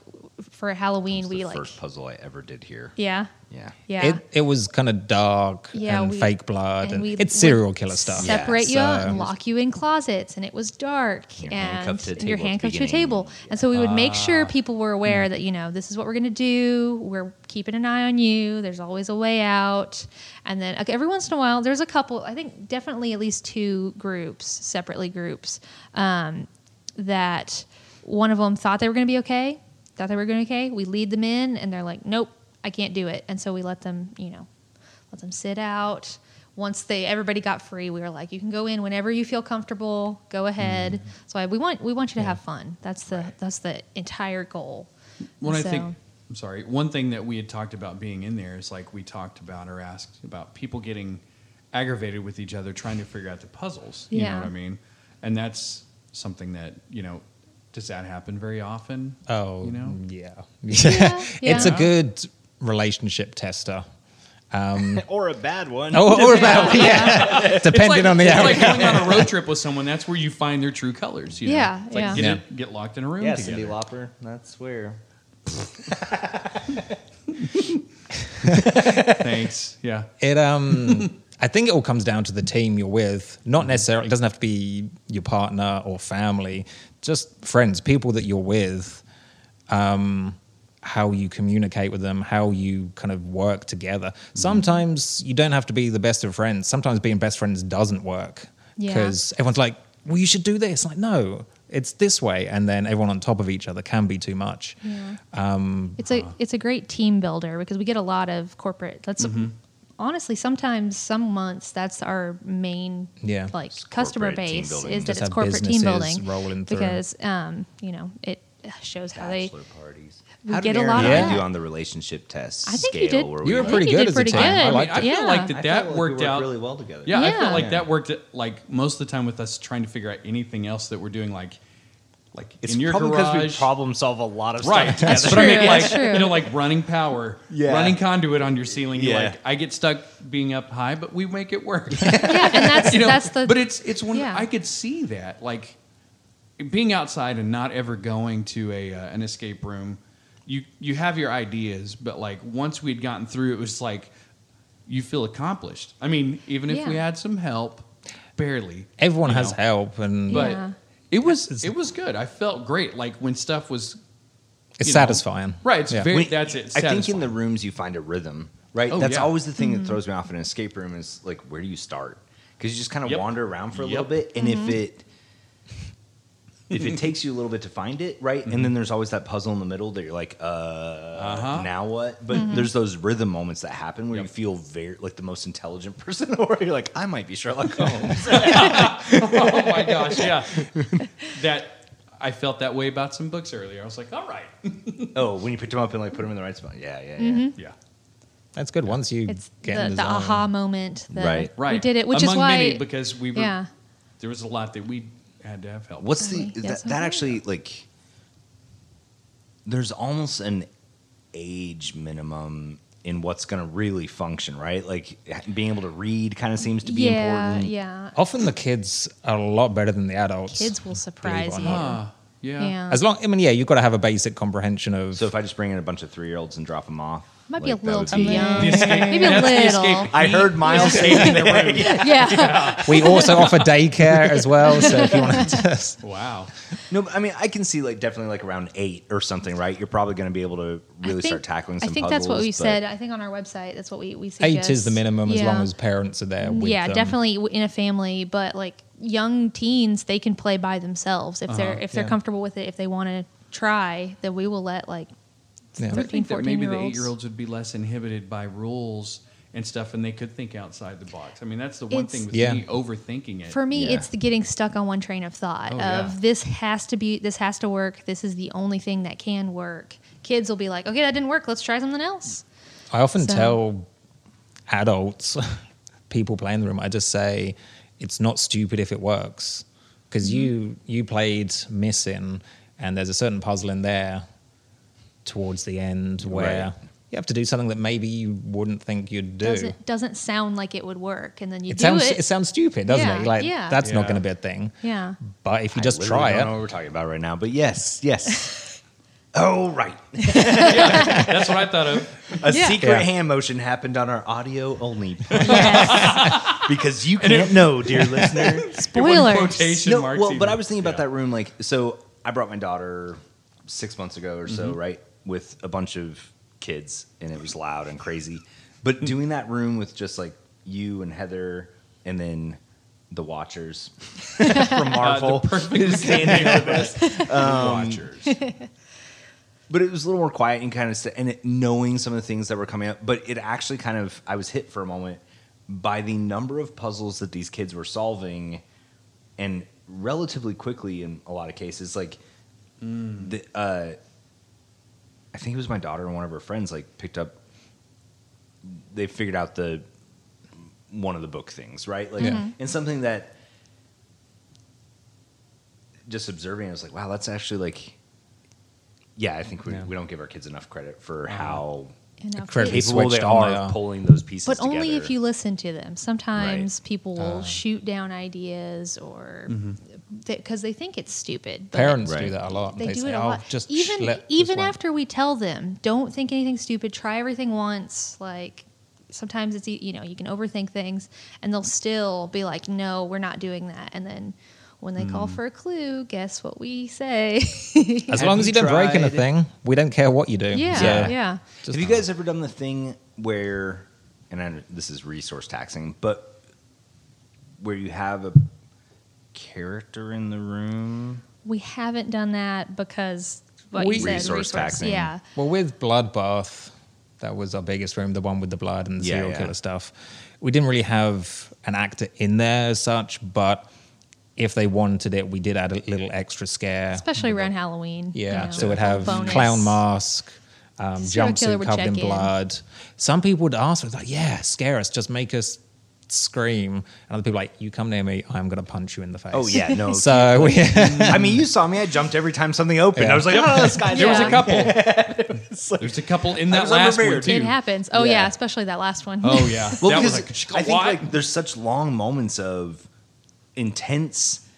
C: for Halloween,
A: It's
C: we
A: the
C: like
A: first puzzle I ever did here.
C: yeah,
A: Yeah.
C: yeah,
D: It it was kind of dark
C: yeah,
D: and
C: we-
D: fake blood and,
C: we
D: it's
C: would
D: serial killer stuff.
A: Yeah.
C: Separate you out
D: So-
C: and lock you in closets, and it was dark,
A: You're
C: and,
A: handcuffed to a
C: and you're
A: table at the
C: handcuffed to a
A: beginning. Ah.
C: table, and so we would make sure people were aware that you know this is what we're gonna do. We're keeping an eye on you. There's always a way out, and then okay, every once in a while, there's a couple. I think definitely at least two groups, separately groups, um, that one of them thought they were going to be okay, thought they were going to be okay. We lead them in, and they're like, "Nope, I can't do it." And so we let them, you know, let them sit out. Once they everybody got free, we were like, "You can go in whenever you feel comfortable. Go ahead."
D: Mm-hmm.
C: So I, we want we want you to have fun. That's the that's the entire goal.
B: One I
C: So-
B: think, I'm sorry. One thing that we had talked about being in there is like we talked about or asked about people getting aggravated with each other trying to figure out the puzzles. You know
C: Yeah.
B: what I mean? And that's something that you know. Does that happen very often?
D: Oh,
B: you know.
D: yeah. It's
C: yeah.
D: a good relationship tester.
A: Or a bad one.
D: Oh, or about, yeah. Depending
B: It's like,
D: on the
B: it's
D: hour.
B: like going on a road trip with someone. That's where you find their true colors. You know?
C: Yeah,
B: It's like
C: yeah.
B: Get,
D: Yeah.
B: in- get locked in a room
A: yeah,
B: together.
A: Cindy Lauper. That's where.
B: Thanks. Yeah.
D: It um I think it all comes down to the team you're with. Not necessarily it doesn't have to be your partner or family, just friends, people that you're with, um, how you communicate with them, how you kind of work together.
C: Mm-hmm.
D: Sometimes you don't have to be the best of friends. Sometimes being best friends doesn't work.
C: Yeah.
D: Because everyone's like, Well, you should do this. Like, no, it's this way. And then everyone on top of each other can be too much.
C: Yeah.
D: Um
C: It's a it's a great team builder because we get a lot of corporate. That's
D: Mm-hmm.
C: honestly sometimes some months that's our main
D: Yeah.
C: like
A: It's
C: customer
A: corporate team
C: base
A: building.
C: is that
D: Just
C: it's
D: have
C: corporate team
D: businesses
C: building
D: rolling through.
C: because um you know it shows how they
A: Bachelor parties.
C: we
A: How
C: get
A: did
C: a
A: Aaron
C: lot
A: and
C: of
A: I do
C: that.
A: on the relationship test
C: I think
A: scale?
C: you did.
A: Where
D: You
A: we
D: were
C: I
A: were
C: think
D: pretty
C: you
D: good
C: did
D: as a
C: pretty
D: team.
C: good.
D: I
B: I, mean,
D: liked
B: I feel
C: Yeah.
B: like
A: I felt
B: that, that
A: like we
B: worked
A: worked
B: out
A: really well together.
B: Yeah, I
C: Yeah.
B: feel like
A: Yeah.
B: that worked at, like most of the time with us trying to figure out anything else that we're doing, like like
A: It's
B: in your
A: probably because we
B: garage.
A: problem solve a lot of
B: Right,
A: stuff
B: but
A: together.
B: I
C: True,
B: mean, like
C: that's true.
B: you know, like running power,
A: Yeah.
B: running conduit on your ceiling. You're
A: Yeah.
B: like, I get stuck being up high, but we make it work.
C: yeah and that's
B: you know,
C: that's the
B: but it's it's one.
C: yeah.
B: I could see that like being outside and not ever going to a uh, an escape room. You you have your ideas, but like once we'd gotten through, it was like you feel accomplished. I mean, even if we
C: Yeah.
B: had some help, barely.
D: Everyone
B: you
D: has
B: know.
D: help, and
B: But
C: Yeah.
B: it was it was good. I felt great. Like when stuff was
D: it's
B: you know,
D: satisfying.
B: right. It's
D: Yeah.
B: very
A: When-
B: that's it.
A: I think in
B: satisfying.
A: the rooms you find a rhythm, right?
B: Oh,
A: That's
B: yeah.
A: always the thing that throws me off in an escape room is like, where do you start? Because you just kind of
B: Yep.
A: wander around for a little
B: Yep.
A: bit, and if it if it takes you a little bit to find it, right? And
B: Mm-hmm.
A: then there's always that puzzle in the middle that you're like, uh,
B: Uh-huh.
A: now what? But
C: Mm-hmm.
A: there's those rhythm moments that happen where
B: Yep.
A: you feel very like the most intelligent person, in the world. you're like, I might be Sherlock Holmes.
B: oh my gosh, yeah. that I felt that way about some books earlier. I was like, all right.
A: oh, when you picked them up and like put them in the right spot, yeah, yeah, yeah.
C: Mm-hmm.
B: Yeah.
D: That's good. Once you
C: It's
D: get
C: the,
D: in
C: the
D: zone.
C: aha moment. The,
A: Right.
B: Right.
C: We did it, which
B: Among
C: is why.
B: many because we were
C: yeah.
B: there was a lot that we had to have help.
A: What's the
C: Sorry.
A: that,
C: Yes,
A: that
C: okay.
A: actually like? There's almost an age minimum in what's going to really function, right? Like ha- being able to read kind of seems to be
C: yeah.
A: important.
C: Yeah.
B: Oh,
D: Often the kids are a lot better than the adults.
C: Kids will surprise
D: on
C: you.
B: Ah, yeah.
C: Yeah.
D: As long, I mean, yeah, you've got to have a basic comprehension of.
A: So if I just bring in a bunch of three year olds and drop them off,
C: Might be a
A: like, that
C: little
A: would
C: too young.
B: The escape-
C: Maybe a
B: that's the escape.
C: little.
A: I heard Miles saying that.
C: Yeah.
D: we also offer daycare as well. So if you want to just
B: Wow.
A: No, but I mean I can see like definitely like around eight or something, right? You're probably going to be able to really start tackling some.
C: I think that's what
A: puzzles,
C: we
A: but-
C: said. I think on our website, that's what we we
D: eight
C: suggest.
D: is the minimum as long
C: Yeah. Mm,
D: as parents are there. With
C: yeah,
D: them.
C: definitely w- in a family, but like young teens, they can play by themselves if they're if they're
D: Uh-huh. yeah.
C: comfortable with it. If they want to try, then we will let like
D: Yeah.
B: I think that
C: 13, 14
B: maybe
C: year
B: the eight
C: olds.
B: year olds would be less inhibited by rules and stuff and they could think outside the box. I mean that's the one
C: It's-
B: thing with
D: Yeah.
B: me overthinking it.
C: For me,
A: Yeah.
C: it's the getting stuck on one train of thought
B: Oh,
C: of
B: yeah.
C: this has to be this has to work. This is the only thing that can work. Kids will be like, okay, that didn't work. Let's try something else.
D: I often
C: So-
D: tell adults, people playing the room, I just say, it's not stupid if it works. Because
C: Mm-hmm.
D: you you played missing, and there's a certain puzzle in there towards the end where
A: Right.
D: you have to do something that maybe you wouldn't think you'd do.
C: Doesn't doesn't sound like it would work, and then you
D: it
C: do
D: sounds
C: it.
D: it sounds stupid, doesn't
C: Yeah,
D: it? Like
C: yeah.
D: that's not
B: Yeah.
D: going to be a thing.
C: yeah,
D: But if you
A: I
D: just
A: literally
D: try
A: don't know
D: it,
A: what we're talking about right now, but yes, yes. oh right.
B: That's what I thought of.
A: A
C: Yeah.
A: secret
D: Yeah.
A: hand motion happened on our audio only
C: yes.
A: because you can't know, dear listener.
C: spoilers.
B: quotation.
A: no,
B: marks
A: well, but
B: even.
A: I was thinking about
B: Yeah.
A: that room. Like, so I brought my daughter six months ago or so, right, with a bunch of kids, and it was loud and crazy. But doing that room with just like you and Heather, and then the Watchers from Marvel,
B: Uh, perfect
A: standing with us. Um,
B: watchers.
A: but it was a little more quiet and kind of st- and it, knowing some of the things that were coming up but it actually kind of i was hit for a moment by the number of puzzles that these kids were solving and relatively quickly in a lot of cases like
D: Mm.
A: the, uh, i think it was my daughter and one of her friends like picked up they figured out the one of the book things right like
C: Mm-hmm.
D: Yeah.
A: and something that just observing i was like wow that's actually like yeah, I think we,
D: Yeah.
A: we don't give our kids enough credit for how
C: And now
D: Incredible.
C: kids-
A: capable they
D: switched on
A: are
D: the,
A: of
D: uh,
A: pulling those pieces.
C: But only
A: together.
C: if you listen to them. Sometimes people will
D: Uh.
C: shoot down ideas or because they think it's stupid. but
D: parents
A: Right.
D: do that a lot.
C: they, do
D: Mm-hmm. say,
C: it a
D: "Oh,
C: lot.
D: just
C: even
D: sh- let this
C: even
D: one."
C: after we tell them, don't think anything stupid. Try everything once. Like sometimes it's e- you know you can overthink things, and they'll still be like, no, we're not doing that. And then when they
D: Mm.
C: call for a clue, guess what we say?
D: As
A: Have
D: long as
A: you
D: you don't break
A: tried-
D: anything, we don't care what you do. So,
C: yeah, yeah.
D: just-
A: Have you guys ever done the thing where, and I, this is resource taxing, but where you have a character in the room?
C: We haven't done that because what
D: We-
C: you said,
A: Resource taxing.
C: Yeah.
D: Well, with Bloodbath, that was our biggest room, the one with the blood and the
A: Yeah,
D: serial
A: yeah.
D: killer stuff. We didn't really have an actor in there as such, but if they wanted it, we did add a little extra scare.
C: especially around Halloween.
D: yeah,
C: you know,
D: so it'd
C: a
D: have
C: bonus.
D: clown mask, um,
C: Serial killer
D: jumpsuit
C: would
D: covered in
C: check in.
D: blood. Some people would ask, like, yeah, scare us, just make us scream. And other people like, you come near me, I'm going to punch you in the face.
A: Oh yeah, no.
D: So we,
A: I mean, you saw me. I jumped every time something opened.
D: Yeah.
A: I was like, oh, this guy's
B: There was
C: Yeah.
B: a couple. There's a couple in that
A: was
B: last one
A: unprepared.
B: too.
C: It happens. Oh yeah.
A: Yeah.
C: especially that last one.
B: Oh yeah.
A: Well,
B: that
A: because
B: was like, sh-
A: I think
B: what?
A: like there's such long moments of intense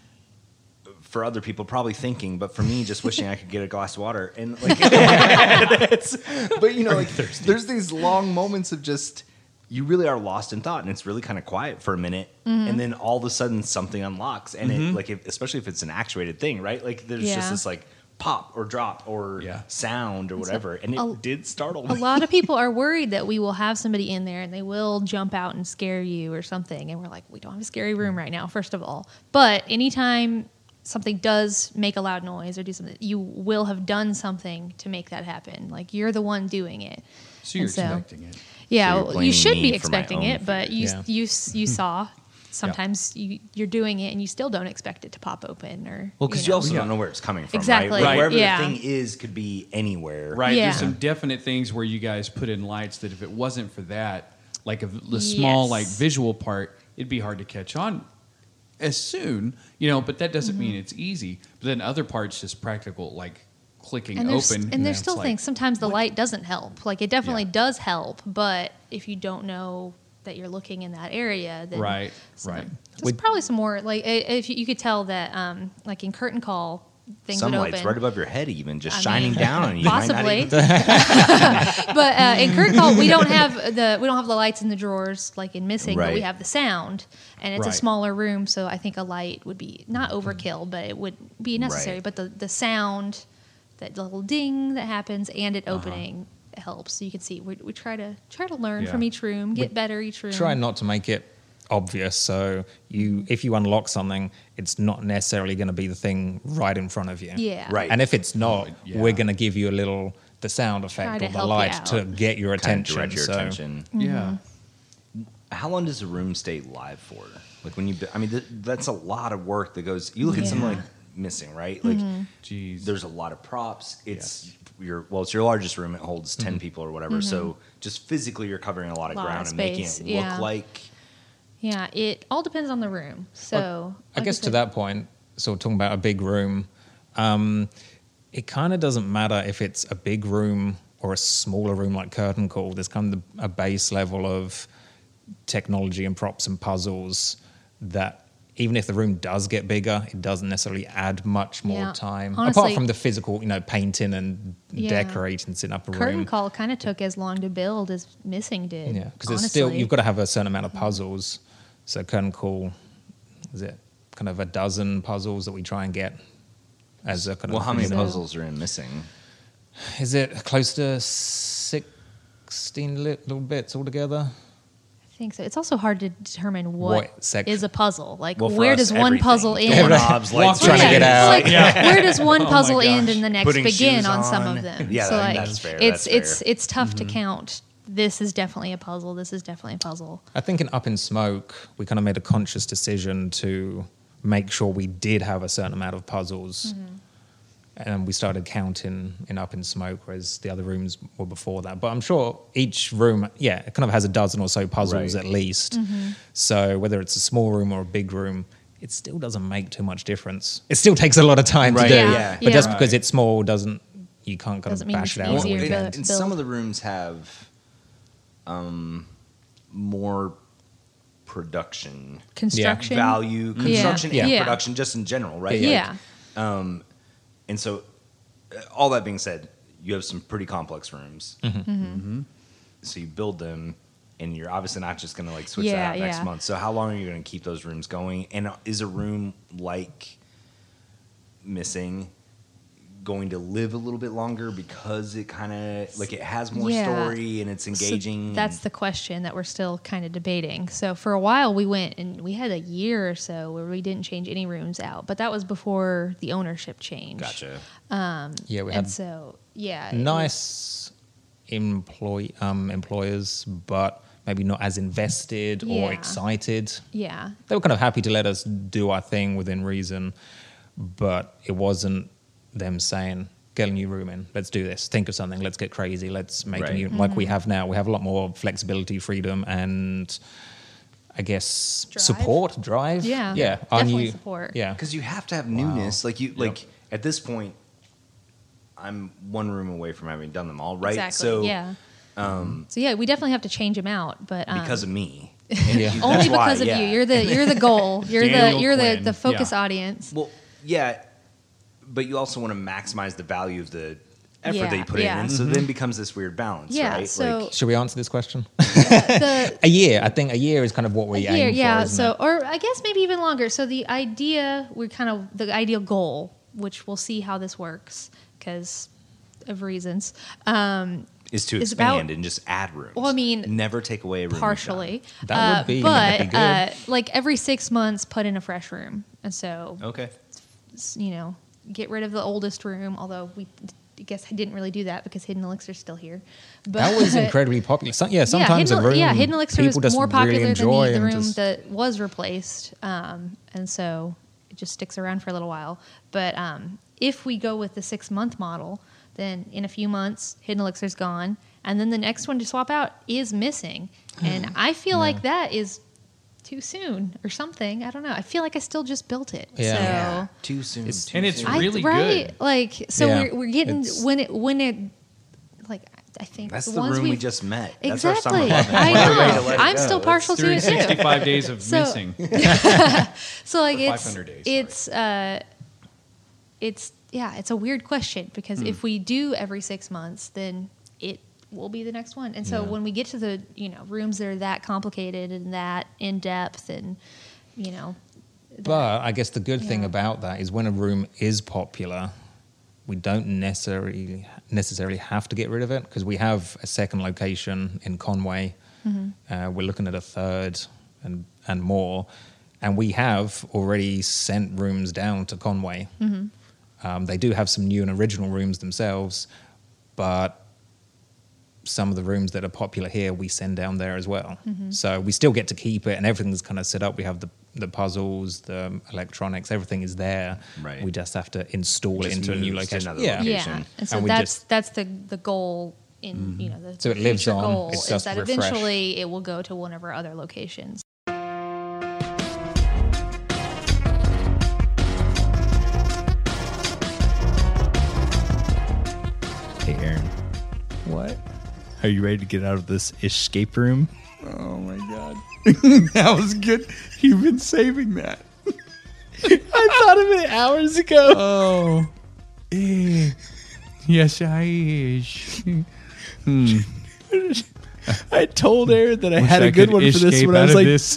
A: for other people probably thinking, but for me just wishing I could get a glass of water and like it's, but you know like there's these long moments of just you really are lost in thought and it's really kind of quiet for a minute
C: Mm-hmm.
A: and then all of a sudden something unlocks and
B: Mm-hmm.
A: it like if, especially if it's an actuated thing right like there's
C: Yeah.
A: just this like pop or drop or
B: Yeah.
A: sound or whatever and it
C: a-
A: did startle
C: a
A: me
C: lot of people are worried that we will have somebody in there and they will jump out and scare you or something. And we're like, we don't have a scary
D: Mm.
C: room right now, first of all. But anytime something does make a loud noise or do something, you will have done something to make that happen. Like you're the one doing it.
B: So you're
C: And so-
B: expecting it.
A: So
C: Yeah,
A: you're
C: well, you should
A: blaming
C: be
A: me for my
C: expecting
A: own
C: it, but you
D: fears. Yeah. Hmm.
C: you s- you saw. Sometimes you, you're doing it and you still don't expect it to pop open or
A: well because you,
C: know.
A: also
B: Yeah.
A: don't know where it's coming from
C: Exactly.
A: right, Like,
B: Right.
A: wherever
C: Yeah.
A: the thing is could be anywhere
B: Right.
C: Yeah.
B: There's some definite things where you guys put in lights that if it wasn't for that, like a, the small
C: Yes.
B: like visual part, it'd be hard to catch on as soon, you know, but that doesn't
C: Mm-hmm.
B: mean it's easy. But then other parts just practical like clicking
C: and there's,
B: open.
C: And there's
B: it's
C: still
B: like,
C: things. Sometimes the light doesn't help. Like it definitely
B: Yeah.
C: does help, but if you don't know that you're looking in that area, then
B: Right, right.
C: There's probably some more. Like i- if you, you could tell that, um, like in curtain call, things
A: some
C: would
A: lights
C: open.
A: right above your head even just
C: I
A: shining
C: mean,
A: down on you You might not
C: possibly.
A: even-
C: but uh, in curtain call, we don't have the we don't have the lights in the drawers like in missing, but we
A: Right.
C: have the sound, and it's
B: Right.
C: a smaller room, so I think a light would be not overkill, but it would be necessary.
A: Right.
C: But the the sound, that little ding that happens, and
A: Uh-huh.
C: it opening helps, so you can see. We, we try to try to learn
B: Yeah.
C: from each room, get better each room.
D: Try not to make it obvious. So you, if you unlock something, it's not necessarily going to be the thing right in front of you.
C: Yeah.
A: Right.
D: And if it's not,
B: Yeah.
D: we're going to give you a little the sound
C: Try
D: effect
C: to
D: or the
C: help you
D: light to
C: out.
D: get your
A: Kinda
D: attention.
A: direct your
D: so-
A: attention
C: mm-hmm.
B: Yeah.
A: how long does a room stay live for? Like when you, I mean, th- that's a lot of work that goes. You look at something
C: Yeah. Mm-hmm.
A: like missing, right? Like,
B: Jeez.
A: there's a lot of props. It's your well, it's your largest room. It holds
D: Mm-hmm.
A: 10 people or whatever. So just physically, you're covering a lot of
C: Mm-hmm. Lot of
A: ground and making
C: space,
A: it look
C: yeah.
A: like
C: Yeah, it all depends on the room. So
D: I
C: like
D: guess to
C: said-
D: that point, so we're talking about a big room, um, it kind of doesn't matter if it's a big room or a smaller room like Curtain Call. There's kind of a base level of technology and props and puzzles that even if the room does get bigger, it doesn't necessarily add much more
C: Yeah.
D: time. Apart
C: Honestly-
D: from the physical, you know, painting and
C: Yeah.
D: decorating, setting up a
C: Curtain
D: room.
C: call kind of took as long to build as missing did.
D: Yeah, because it's still
C: honestly.
D: you've got to have a certain amount of puzzles. So curtain call, is it kind of a dozen puzzles that we try and get as a kind
A: well,
D: of
A: how many
C: So-
A: puzzles are in missing?
D: is it close to sixteen li- little bits altogether?
C: I think so. It's also hard to determine what,
D: What section?
C: is a puzzle. Like
A: Well, for
C: where
A: us,
C: does one
A: everything.
C: puzzle end?
A: Door knobs, lights,
B: Trying to
C: Yeah,
B: get
C: it's
D: out.
C: like, Where does one
B: my
C: puzzle end
B: gosh.
C: and the next
A: Oh Putting shoes
C: begin on, some
A: on.
C: of them?
A: Yeah,
C: so
A: I
C: like
A: think that's fair,
C: it's
A: that's
C: it's
A: fair. Mm-hmm.
C: it's tough to count. This is definitely a puzzle. This is definitely a puzzle.
D: I think in Up in Smoke, we kind of made a conscious decision to make sure we did have a certain amount of puzzles. And we started counting in Up in Smoke, whereas the other rooms were before that. But I'm sure each room, yeah, it kind of has a dozen or so puzzles
A: Right.
D: at least. So whether it's a small room or a big room, it still doesn't make too much difference. It still takes a lot of time
A: Right.
D: to do.
A: Yeah,
C: yeah.
D: But just
C: Right.
D: because it's small doesn't, you can't kind
C: Doesn't
D: of
C: mean
D: bash it
C: it's
D: out. in a
C: easier to-
D: weekend.
A: and, and some
C: build.
A: of the rooms have um, more production
C: Construction
A: value, construction
C: Mm-hmm. Yeah.
A: and
C: Yeah.
A: production just in general, right? Like,
C: Yeah.
A: And so, uh, all that being said, you have some pretty complex rooms.
C: Mm-hmm.
A: Mm-hmm. So you build them, and you're obviously not just going to like switch
C: Yeah,
A: that out next
C: yeah.
A: month. So how long are you going to keep those rooms going? And uh, is a room like missing going to live a little bit longer because it kind of like it has more
C: Yeah.
A: story and it's
C: So
A: engaging?
C: that's the question that we're still kind of debating. So for a while we went and we had a year or so where we didn't change any rooms out, but that was before the ownership change.
A: gotcha.
D: Yeah, we
C: and
D: had
C: so yeah, it was-
D: nice employ um, employers, but maybe not as invested or
C: Yeah.
D: excited.
C: yeah,
D: They were kind of happy to let us do our thing within reason, but it wasn't them saying, "Get a new room in. Let's do this. Think of something. Let's get crazy. Let's make
A: Right.
D: a new." Like
C: Mm-hmm.
D: we have now, we have a lot more flexibility, freedom, and I guess
C: Drive.
D: support, drive.
C: Yeah,
D: yeah, our
C: definitely
D: new-
C: support.
D: Yeah,
A: because you have to have newness. Like you, like at this point, I'm one room away from having done them all, right?
C: Exactly.
A: So
C: yeah. so yeah, we definitely have to change them out, but um,
A: because of me.
D: Yeah.
A: That's
C: only
A: why,
C: because of
A: yeah.
C: you. You're the you're the goal. You're the
B: Daniel
C: you're the,
B: Quinn,
C: the focus
B: yeah.
C: audience.
A: well, yeah, but you also want to maximize the value of the effort
C: Yeah,
A: that you put
C: yeah.
A: in, and so then becomes this weird balance,
C: Yeah,
A: right?
C: so-
D: Should we answer this question?
C: The,
D: a year. I think a year is kind of what we
C: here,
D: aim
C: yeah.
D: for. Isn't
C: so,
D: it?
C: or I guess maybe even longer. So the idea, we're kind of the ideal goal, which we'll see how this works because of reasons. Um,
A: is to
C: It's
A: expand
C: about-
A: and just add rooms.
C: Well, I mean,
A: never take away a room.
C: partially.
D: That
C: Uh,
D: would be-
C: but
D: that'd be
C: uh,
D: good.
C: like every six months, put in a fresh room, and so
A: Okay.
C: s- you know, get rid of the oldest room. Although we, I guess, I didn't really do that because Hidden Elixir's still here. But
D: that was incredibly popular. Some, yeah, sometimes
C: yeah,
D: a
C: Hidden,
D: room
C: yeah, Hidden Elixir
D: people
C: was
D: just
C: more popular
D: really
C: than
D: enjoy
C: the, the
D: and
C: room
D: just-
C: that was replaced, um, and so it just sticks around for a little while. But um, if we go with the six month model, then in a few months, Hidden Elixir's gone, and then the next one to swap out is missing, and I feel like that is too soon or something. I don't know. I feel like I still just built it,
D: Yeah.
C: so.
D: Yeah.
A: Too soon.
B: It's-
A: too
B: and it's
A: soon.
C: I,
B: really
C: right,
B: good.
C: Like so,
D: Yeah.
C: we're, we're getting
D: It's-
C: when it when it like I think
A: That's
C: the,
A: the
C: ones
A: room we
C: we've-
A: just met. That's our summer loving.
C: Exactly. I
A: What a way to
C: know.
A: let it
C: I'm
A: go.
C: still
A: That's-
C: partial to it too.
B: 365 days of
C: So-
B: missing.
C: So like
B: or
C: it's
B: 500 days, sorry.
C: it's uh it's yeah, it's a weird question because if we do every 6 months then it will be the next one. And so
D: Yeah.
C: when we get to the, you know, rooms that are that complicated and that in depth and you know
D: But I guess the good thing
C: Yeah.
D: about that is when a room is popular, we don't necessarily necessarily have to get rid of it because we have a second location in Conway.
C: Mm-hmm.
D: Uh, we're looking at a third and and more, and we have already sent rooms down to Conway. Um, they do have some new and original rooms themselves, but some of the rooms that are popular here we send down there as well.
C: Mm-hmm.
D: So we still get to keep it and everything's kind of set up. We have the the puzzles, the um, electronics, everything is there.
A: Right.
D: We just have to install it
A: Just
D: into a new
A: moves to
D: location.
A: another
D: yeah.
A: location.
C: yeah. And so
D: And we
C: that's
D: just-
C: that's the the goal in, you know, the
D: So it lives
C: future
D: on.
C: goal
D: It's
C: is
D: just
C: that
D: refreshed.
C: eventually it will go to one of our other locations.
A: Hey, Aaron.
B: What?
A: Are you ready to get out of this escape room?
B: Oh my god. that was good. You've been saving that.
A: I thought of it hours ago.
B: Oh. yes, I is.
A: I told Aaron that I had
B: I
A: a good
B: could
A: one for this
B: escape
A: one. I
B: out
A: was
B: of
A: like,
B: this.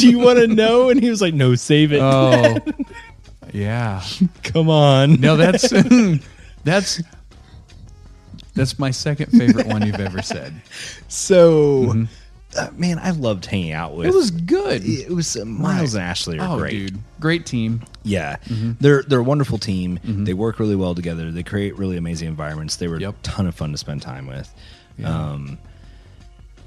A: "Do you want to know?" And he was like, "No, save it.
B: Oh. yeah.
A: Come on."
B: No, that's that's that's my second favorite one you've ever said.
A: So, uh, man, I loved hanging out with.
B: Mm-hmm. It was good.
A: It was uh, Miles and Ashley are
B: oh,
A: great.
B: dude. Mm-hmm. Great team.
A: Yeah, they're they're a wonderful team. They work really well together. They create really amazing environments. They were
B: Mm-hmm. Yep.
A: a ton of fun to spend time with. Um,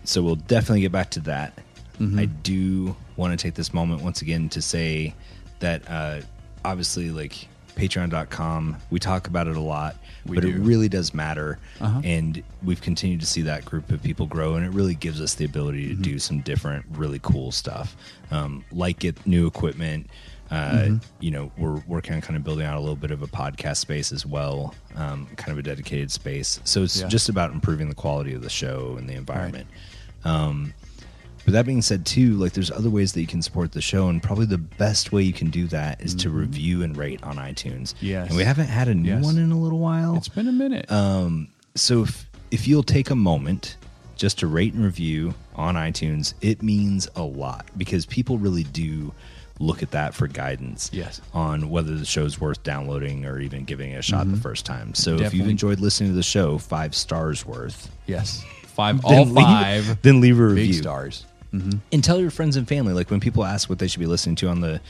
A: so we'll definitely get back to that.
B: Mm-hmm.
A: I do want to take this moment once again to say that uh, obviously, like Patreon.com, we talk about it a lot,
B: We
A: but it
B: do. Uh-huh.
A: really does matter. And we've continued to see that group of people grow, and it really gives us the ability
B: Mm-hmm.
A: to do some different, really cool stuff, um, like get new equipment. Uh,
B: Mm-hmm.
A: You know, we're working on kind of building out a little bit of a podcast space as well, um, kind of a dedicated space. So it's
B: Yeah.
A: just about improving the quality of the show and the environment. But that being said, too, like there's other ways that you can support the show, and probably the best way you can do that is to review and rate on iTunes.
B: Mm-hmm. Yes.
A: and we haven't had a new
B: Yes.
A: one in a little while.
B: It's been a minute.
A: Uh, so if if you'll take a moment just to rate and review on iTunes, it means a lot because people really do look at that for guidance.
B: Yes.
A: on whether the show's worth downloading or even giving it a shot the first time. So if you've
B: Mm-hmm. Definitely.
A: enjoyed listening to the show, five stars worth.
B: yes. Five all
A: leave-
B: five
A: then leave a
B: big
A: review
B: stars.
A: and tell your friends and family like when people ask what they should be listening to on the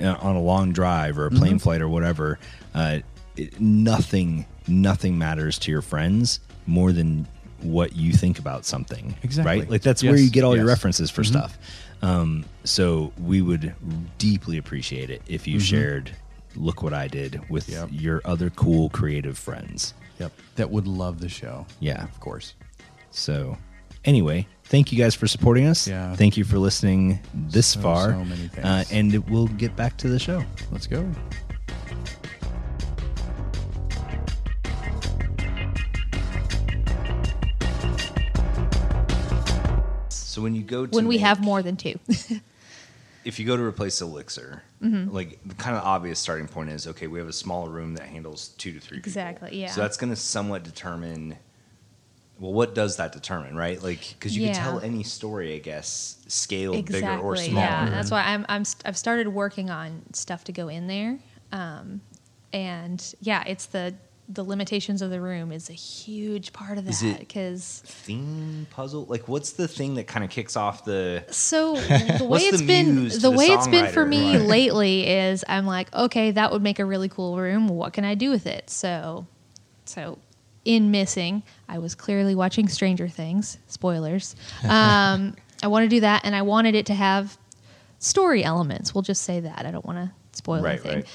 A: uh, on a long drive or a
B: Mm-hmm.
A: plane flight or whatever uh, it- nothing nothing matters to your friends more than what you think about something
B: Exactly.
A: right like that's where
B: Yes,
A: you get all your
B: yes. Mm-hmm.
A: references for stuff um, so we would deeply appreciate it if you shared look what i did with
B: Mm-hmm. Yep.
A: your other cool creative friends
B: Yep. That would love the show.
A: Yeah.
B: Of course.
A: so anyway thank you guys for supporting us
B: Yeah.
A: thank you for listening this
B: So,
A: far
B: so many things.
A: Uh, and we'll get back to the show
B: Let's go.
A: so when you go to
C: when we
A: make-
C: have more than two.
A: if you go to replace Elixir,
C: Mm-hmm.
A: like the kind of obvious starting point is okay, we have a small room that handles two to three. people.
C: Exactly, yeah.
A: So that's going to somewhat determine. Well, what does that determine, right? Like, because you
C: Yeah.
A: can tell any story, I guess, scaled
C: exactly.
A: bigger or smaller.
C: Yeah, that's why I'm, I'm st- I've started working on stuff to go in there, um, and yeah, it's the the limitations of the room is a huge part of
A: Is
C: that
A: it-
C: because
A: Theme puzzle, like, what's the thing that kind of kicks off the?
C: so the way
A: What's
C: it's
A: the
C: been
A: muse to
C: the
A: the
C: way it's been for
A: songwriter?
C: me
A: Right.
C: lately is I'm like okay that would make a really cool room what can I do with it so so in missing I was clearly watching Stranger Things spoilers um, I want to do that and I wanted it to have story elements we'll just say that I don't want to spoil
A: Right,
C: anything
A: right.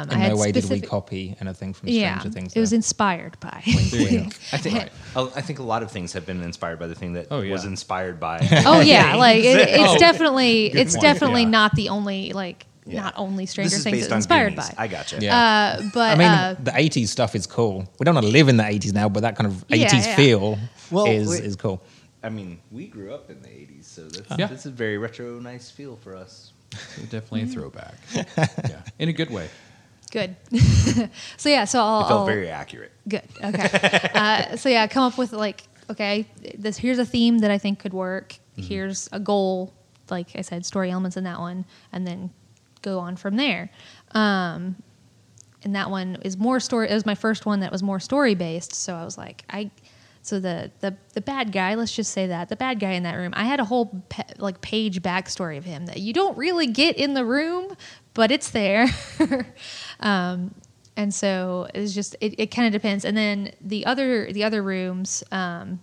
C: um, I
D: In
C: had
D: no way did we
C: specific-
D: copy anything from Stranger
C: yeah
D: Things.
C: it was
D: though.
C: inspired by
D: Wink, wink.
A: I think I I think a lot of things have been inspired by the thing that
B: Oh, yeah.
A: was inspired by.
C: Oh yeah, like it, it's
B: Oh.
C: definitely it's
B: point,
C: definitely
B: yeah.
C: not the only like
A: Yeah.
C: not only Stranger
A: this is
C: Things
A: based
C: it's
A: on
C: inspired
A: Goonies.
C: by.
A: I gotcha.
D: Yeah.
C: uh, but
D: I mean,
C: uh,
D: the 80s stuff is cool. We don't want to live in the 80s now, but that kind of
C: Yeah,
D: 80s
C: yeah.
D: feel
A: Well,
D: is,
A: we-
D: is cool.
A: I mean, we grew up in the '80s, so that's
B: Yeah.
A: that's a very retro, nice feel for us.
B: So definitely a throwback. yeah, in a good way.
C: good. so yeah, so I'll,
A: It felt
C: I'll-
A: very accurate.
C: good. Okay. uh, so yeah, come up with like okay, this here's a theme that I think could work. Here's a goal, like I said, story elements in that one, and then go on from there. Um, and that one is more story. It was my first one that was more story based. So I was like, I, so the the the bad guy. Let's just say that the bad guy in that room. I had a whole pe- like page backstory of him that you don't really get in the room, but it's there. um, and so it's just it, it kind of depends. And then the other the other rooms. Um,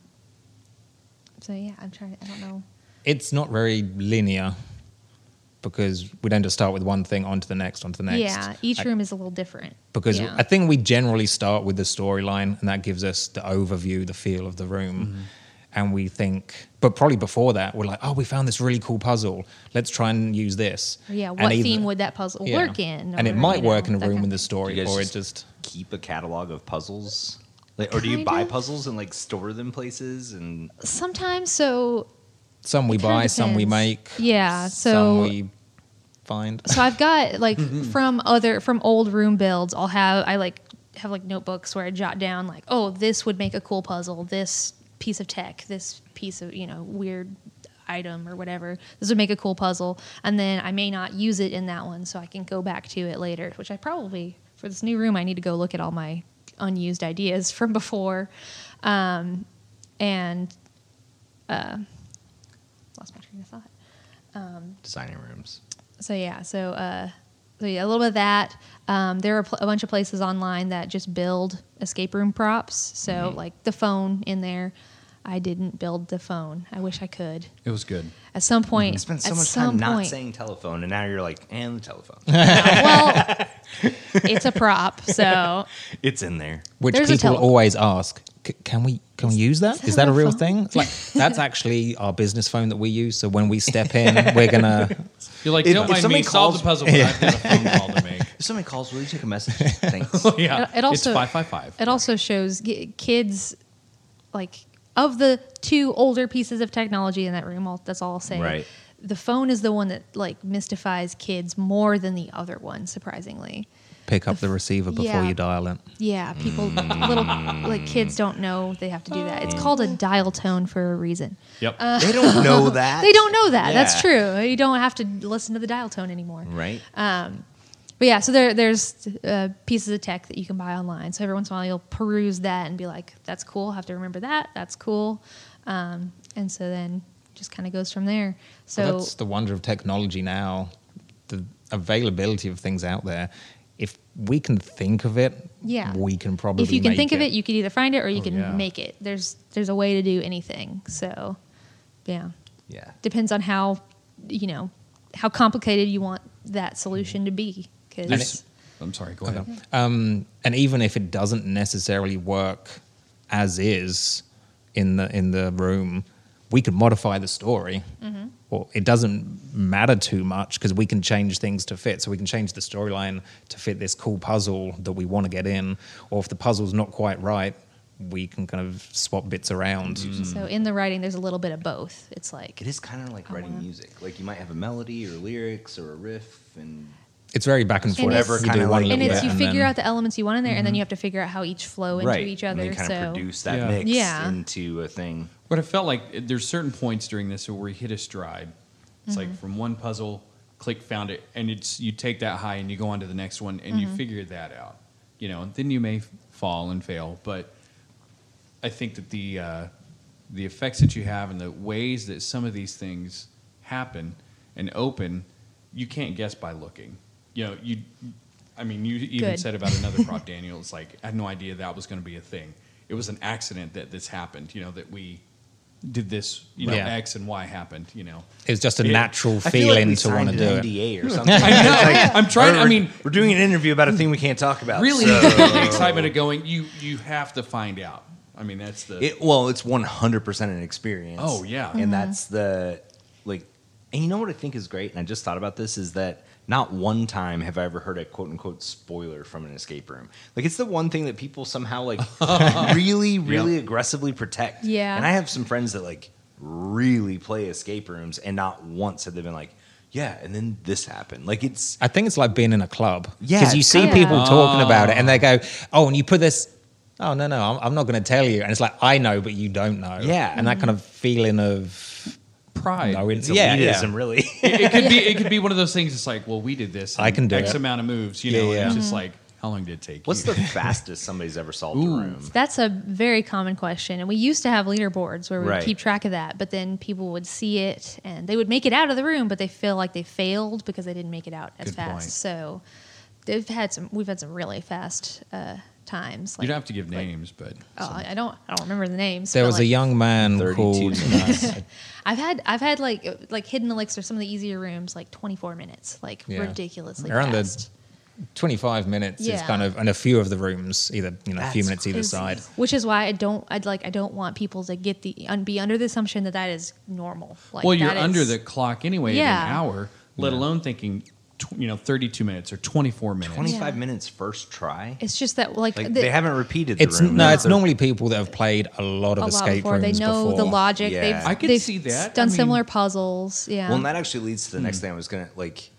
C: so yeah, I'm trying. I don't know.
D: It's not very linear because we don't just start with one thing onto the next, onto the next.
C: Yeah, each
D: I-
C: room is a little different.
D: because
C: yeah.
D: I think we generally start with the storyline, and that gives us the overview, the feel of the room.
A: Mm-hmm.
D: And we think, but probably before that, we're like, oh, we found this really cool puzzle. Let's try and use this.
C: yeah,
D: And
C: what
D: either-
C: theme would that puzzle
D: yeah.
C: work in?
D: And it
C: or,
D: might
C: you know,
D: work in
C: that
D: a room
C: kind
D: with a
C: of-
D: story,
A: You guys
D: or it
A: just-
D: just.
A: Keep a catalog of puzzles, like, or do you
C: Kind
A: buy
C: of.
A: puzzles and like store them places? And
C: Sometimes so
D: Some we
C: It kinda
D: buy, some we make.
C: depends. Yeah,
D: some
C: so-
D: we find.
C: so I've got like from other from old room builds. I'll have I like have like notebooks where I jot down like, oh, this would make a cool puzzle. This piece of tech. This piece of you know weird item or whatever. This would make a cool puzzle. And then I may not use it in that one, so I can go back to it later. Which I probably for this new room I need to go look at all my unused ideas from before, um, and uh, lost my train of thought.
A: designing rooms.
C: So yeah, so uh, so yeah, a little bit of that. Um, there are pl- a bunch of places online that just build escape room props. So
A: Mm-hmm.
C: like the phone in there, I didn't build the phone. I wish I could.
B: It was good.
C: At some point,
A: I spent so
C: at
A: much time
C: some
A: not
C: point-
A: saying telephone, and now you're like, and the telephone.
C: well, it's a prop, so
A: it's in there.
D: which
C: There's a
D: people
C: tele-
D: always ask "C- can we can we use that
C: is
D: is
C: that
D: that,
C: a
D: a
C: real
D: real
C: phone?"
D: thing it's like that's actually our business phone that we use so when we step in we're gonna
B: You're like,
A: If-
B: don't
A: if
B: mind me,
A: somebody
B: solve
A: calls-
B: the puzzle, but I've got a phone call to make.
A: If somebody calls, will you take a message? Thanks.
B: yeah,
C: It- it also-
B: it's five five five.
C: it also shows g- kids like of the two older pieces of technology in that room. I'll, that's all I'll say.
A: Right.
C: The phone is the one that like mystifies kids more than the other one, surprisingly.
D: pick up the receiver before
C: Yeah.
D: you dial it
C: Yeah, people, little like kids don't know they have to do that. It's called a dial tone for a reason.
B: Yep.
C: uh,
A: they don't know that.
C: They don't know that. That's
A: Yeah.
C: true. Uh, You don't have to listen to the dial tone anymore.
A: Right?
C: But yeah, so there, there's uh, pieces of tech that you can buy online. So every once in a while, you'll peruse that and be like, "That's cool. I have to remember that. That's cool." Um, and so then just kind of goes from there.
D: Well,
C: So
D: that's the wonder of technology now the availability of things out there if we can think of it
C: Yeah.
D: we can probably
C: if you can
D: make
C: think of it, you could either find it or you
B: Oh,
C: can
B: yeah.
C: make it. There's there's a way to do anything. So yeah.
A: yeah.
C: depends on how you know how complicated you want that solution to be
D: And
C: because
D: it-
B: I'm sorry. Go ahead.
D: um, and even if it doesn't necessarily work as is in the in the room, we can modify the story.
C: Mm-hmm.
D: Well, it doesn't matter too much because we can change things to fit. So we can change the storyline to fit this cool puzzle that we want to get in, or if the puzzle's not quite right, we can kind of swap bits around.
A: Mm-hmm.
C: So in the writing, there's a little bit of both. It's like
A: It is kind of like writing
C: wanna-
A: music. Like you might have a melody or lyrics or a riff, and
D: It's very back and
C: And
D: forth.
C: it's-
D: you do
A: kinda
D: one
A: like-
D: little
C: and it's
D: bit
C: you
D: and
C: figure
D: then- Mm-hmm.
C: out the elements you want in there, and then you have to figure out how each flow into each
A: and
C: other.
A: they kind
C: so
A: of produce that
B: Yeah.
A: mix
C: Yeah.
A: into a thing.
B: But I felt like it- there's certain points during this where we hit a stride. It's like from one puzzle, click, found it, and it's you take that high and you go on to the next one and you figure that out. You know, then you may f- fall and fail, but I think that the uh, the effects that you have and the ways that some of these things happen and open, you can't guess by looking. You know, you. I mean, you even
C: Good.
B: said about another prop, Daniel. It's like I had no idea that was going to be a thing. It was an accident that this happened. You know that we did this. You know,
D: Yeah.
B: X and Y happened. You know.
D: It's just a
B: Yeah.
D: natural
A: I feel like
D: feeling
A: we
D: to want to
A: signed
D: do
A: an
D: it.
A: NDA or something.
B: I'm trying. I
A: We're-
B: mean,
A: we're doing an interview about a thing we can't talk about.
B: really,
A: so-
B: the excitement of going. You you have to find out. I mean, that's the.
A: It, well, it's one hundred percent an experience.
B: Oh, yeah.
A: and that's the like. And you know what I think is great, and I just thought about this is that not one time have I ever heard a quote unquote spoiler from an escape room. Like it's the one thing that people somehow like really, really aggressively protect.
C: Yeah.
A: and I have some friends that like really play escape rooms, and not once have they been like, yeah, and then this happened. Like it's
D: I think it's like being in a club.
A: Yeah,
D: Because you
A: it's
D: see
C: kinda-
D: people talking about it and they go, oh, and you put this, oh, no, no, I'm, I'm not going to tell you. And it's like, I know, but you don't know.
A: Yeah.
D: And that kind of feeling of
B: pride.
D: no
A: it's elitism,
D: it's Yeah, yeah.
A: really.
B: it could be it could be one of those things. It's like, well, we did this.
D: I
B: in
D: can do
B: X
D: it.
B: amount of moves. You
D: Yeah,
B: know,
D: yeah.
B: and it's
C: Mm-hmm.
B: just like, how long did it take?
A: What's
B: you?
A: the fastest somebody's ever solved
B: Ooh.
A: a room?
C: That's a very common question. And we used to have leaderboards where we
A: Right.
C: would keep track of that, but then people would see it and they would make it out of the room, but they feel like they failed because they didn't make it out as
B: Good
C: fast.
B: point.
C: So they've had some we've had some really fast uh, times.
B: you don't have to give
C: like-
B: names, but
C: Oh, I I don't I don't remember the names.
D: There
C: but,
D: was a
C: like,
D: young man
A: 32
D: called.
C: I've had I've had like uh, like hidden elixir, some of the easier rooms, like twenty four minutes, like
D: Yeah.
C: ridiculously
D: Around the-
C: fast.
D: 25 minutes is
C: Yeah.
D: kind of, and a few of the rooms, either, you know, a few
A: That's
D: minutes either
C: Is-
D: side.
C: Which is why I don't. I'd like. I don't want people to get the un, be under the assumption that that is normal. Like,
B: well, you're
C: that
B: under
C: is-
B: the clock anyway at an
C: Yeah.
B: hour. Let alone thinking, tw- you know, 32 minutes or 24 minutes.
A: 25
C: Yeah.
A: minutes first try?
C: It's just that like,
A: Like
C: the-
A: they haven't repeated the
D: It's
A: room.
D: no,
A: They're-
D: it's normally people that have played a lot of
C: a lot
D: escape
C: before they
D: rooms
C: know the
D: before.
C: logic.
A: Yeah.
C: They've,
A: I
B: could
C: they've
B: see that.
C: done
B: I mean-
C: similar puzzles. Yeah.
A: Well, and that actually leads to the
D: Hmm.
A: next thing I was going to like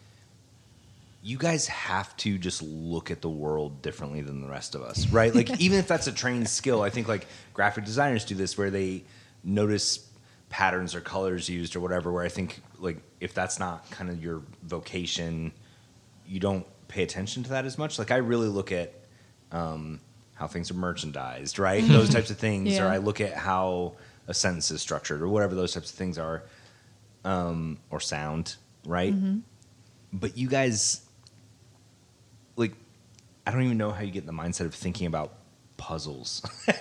A: you guys have to just look at the world differently than the rest of us, right? Like even if that's a trained skill, I think like graphic designers do this where they notice patterns or colors used or whatever where I think like if that's not kind of your vocation, you don't pay attention to that as much. Like I really look at um, how things are merchandised, right? Those types of things, or
C: Yeah.
A: I look at how a sentence is structured, or whatever those types of things are, um, or sound, right?
C: Mm-hmm.
A: But you guys, like, I don't even know how you get in the mindset of thinking about puzzles,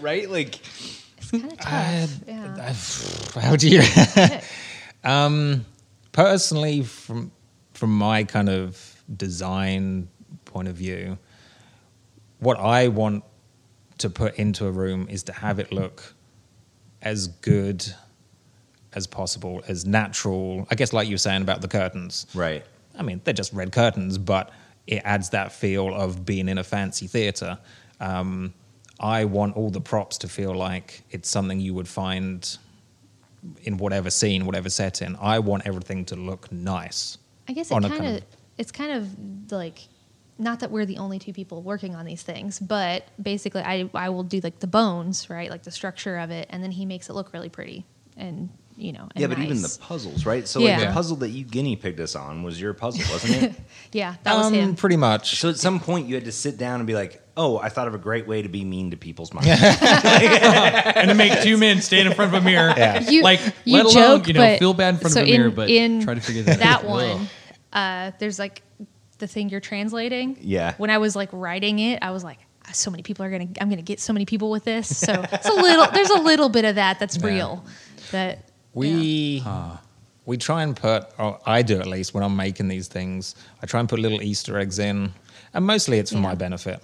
A: right? Like,
C: it's kind of tough. yeah.
D: How do you?
C: Heck.
D: um, personally, from from my kind of design point of view, what I want to put into a room is to have it look as good as possible, as natural. I guess, like you were saying about the curtains,
A: right?
D: I mean, they're just red curtains, but it adds that feel of being in a fancy theater. Um, I want all the props to feel like it's something you would find in whatever scene, whatever setting. I want everything to look nice.
C: I guess
D: on
C: it
D: a
C: kind
D: kind
C: of
D: of-
C: it's kind of like not that we're the only two people working on these things, but basically I I will do like the bones, right? Like the structure of it and then he makes it look really pretty and you know, and
A: Yeah, but even
C: nice.
A: the puzzles, right? So, like,
C: Yeah.
A: the puzzle that you guinea pigged us on was your puzzle, wasn't it?
C: Yeah, that
A: Um,
C: was him.
D: Um, Pretty much.
A: So at some point you had to sit down and be like, "Oh, I thought of a great way to be mean to people's minds."
B: and to make two men stand in front of a mirror.
C: You-
B: Like,
C: you
B: let alone,
C: joke,
B: you know,
C: but-
B: feel bad in front
C: so
B: of a mirror,
C: in-
B: but
C: in
B: try to figure that,
C: that
B: out.
C: one uh, there's like the thing you're translating
A: Yeah.
C: when i was like writing it i was like so many people are gonna i'm gonna get so many people with this so it's a little there's a little bit of that that's real that yeah.
D: We
A: Ah.
D: we try and put, or I do at least when I'm making these things, I try and put little Easter eggs in, and mostly it's for my
C: Yeah.
D: benefit.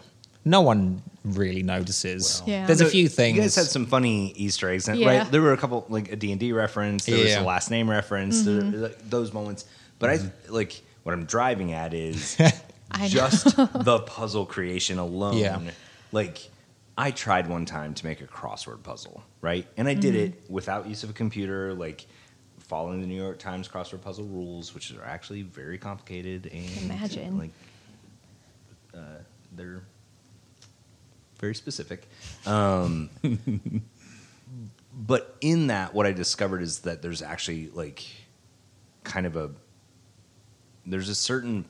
D: No one really notices.
C: Well- Yeah.
D: There's
A: No,
D: a few things.
A: You guys had some funny Easter eggs, and-
C: Yeah.
A: right? There were a couple like a D and D reference. There was
D: Yeah.
A: a last name reference.
C: Mm-hmm.
A: There, like, those moments, but I like what I'm driving at is
C: I know.
A: just the puzzle creation alone.
D: Yeah.
A: Like I tried one time to make a crossword puzzle, right? And I did
C: Mm-hmm.
A: it without use of a computer, like following the New York Times crossword puzzle rules, which are actually very complicated and
C: Imagine.
A: like uh, they're very specific. Um, but in that, what I discovered is that there's actually like kind of a there's a certain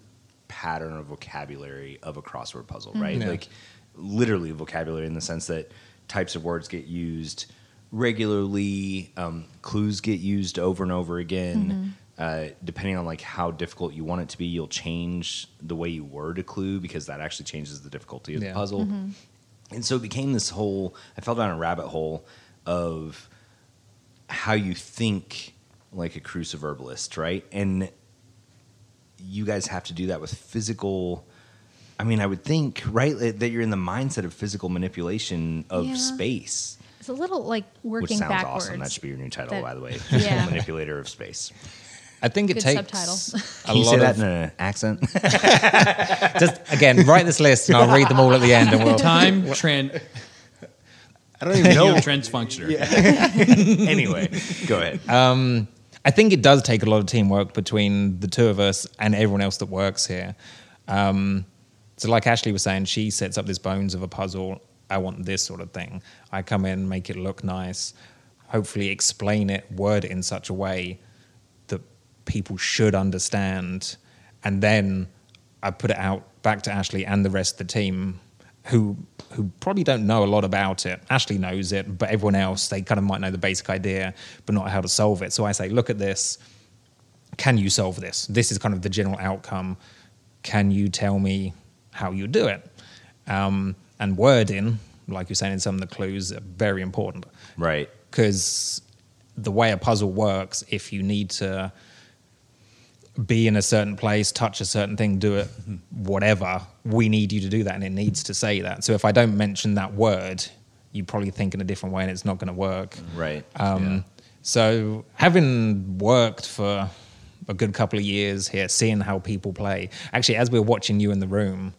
A: pattern of vocabulary of a crossword puzzle, right?
D: Yeah.
A: Like literally vocabulary in the sense that types of words get used regularly, um, clues get used over and over again. Uh, depending on like how difficult you want it to be, you'll change the way you word a clue because that actually changes the difficulty of the
D: Yeah.
A: puzzle. And so it became this whole. I fell down a rabbit hole of how you think like a cruciverbalist, right? And you guys have to do that with physical. I mean, I would think, right, that that you're in the mindset of physical manipulation of
C: Yeah.
A: space,
C: It's a little like
A: which
C: working
A: sounds
C: backwards.
A: awesome. That should be your new title,
C: That-
A: by the way.
C: Yeah.
A: Physical manipulator of space.
D: I think it
C: Good
D: takes
C: subtitle.
D: a
A: Can you
D: lot
A: say that
D: of
A: in an accent?
D: just again write this list and I'll read them all at the end and we'll
B: Time trend.
D: I don't even
B: No. Transfunctioner.
A: anyway, go ahead.
D: Uh, I think it does take a lot of teamwork between the two of us and everyone else that works here. Um, so, like Ashley was saying, she sets up this bones of a puzzle. I want this sort of thing. I come in, make it look nice, hopefully explain it, word it in such a way that people should understand. And then I put it out back to Ashley and the rest of the team who who probably don't know a lot about it. Ashley knows it, but everyone else, they kind of might know the basic idea, but not how to solve it. So I say, look at this. Can you solve this? This is kind of the general outcome. Can you tell me how you do it? Um, and wording, like you're saying in some of the clues, are very important
A: Um, Right.
D: because the way a puzzle works, if you need to be in a certain place, touch a certain thing, do it, whatever, we need you to do that and it needs to say that. So if I don't mention that word, you probably think in a different way and it's not going to work.
A: Right.
D: Um, So, having worked for a good couple of years here, seeing how people play, actually, as we were watching you in the room,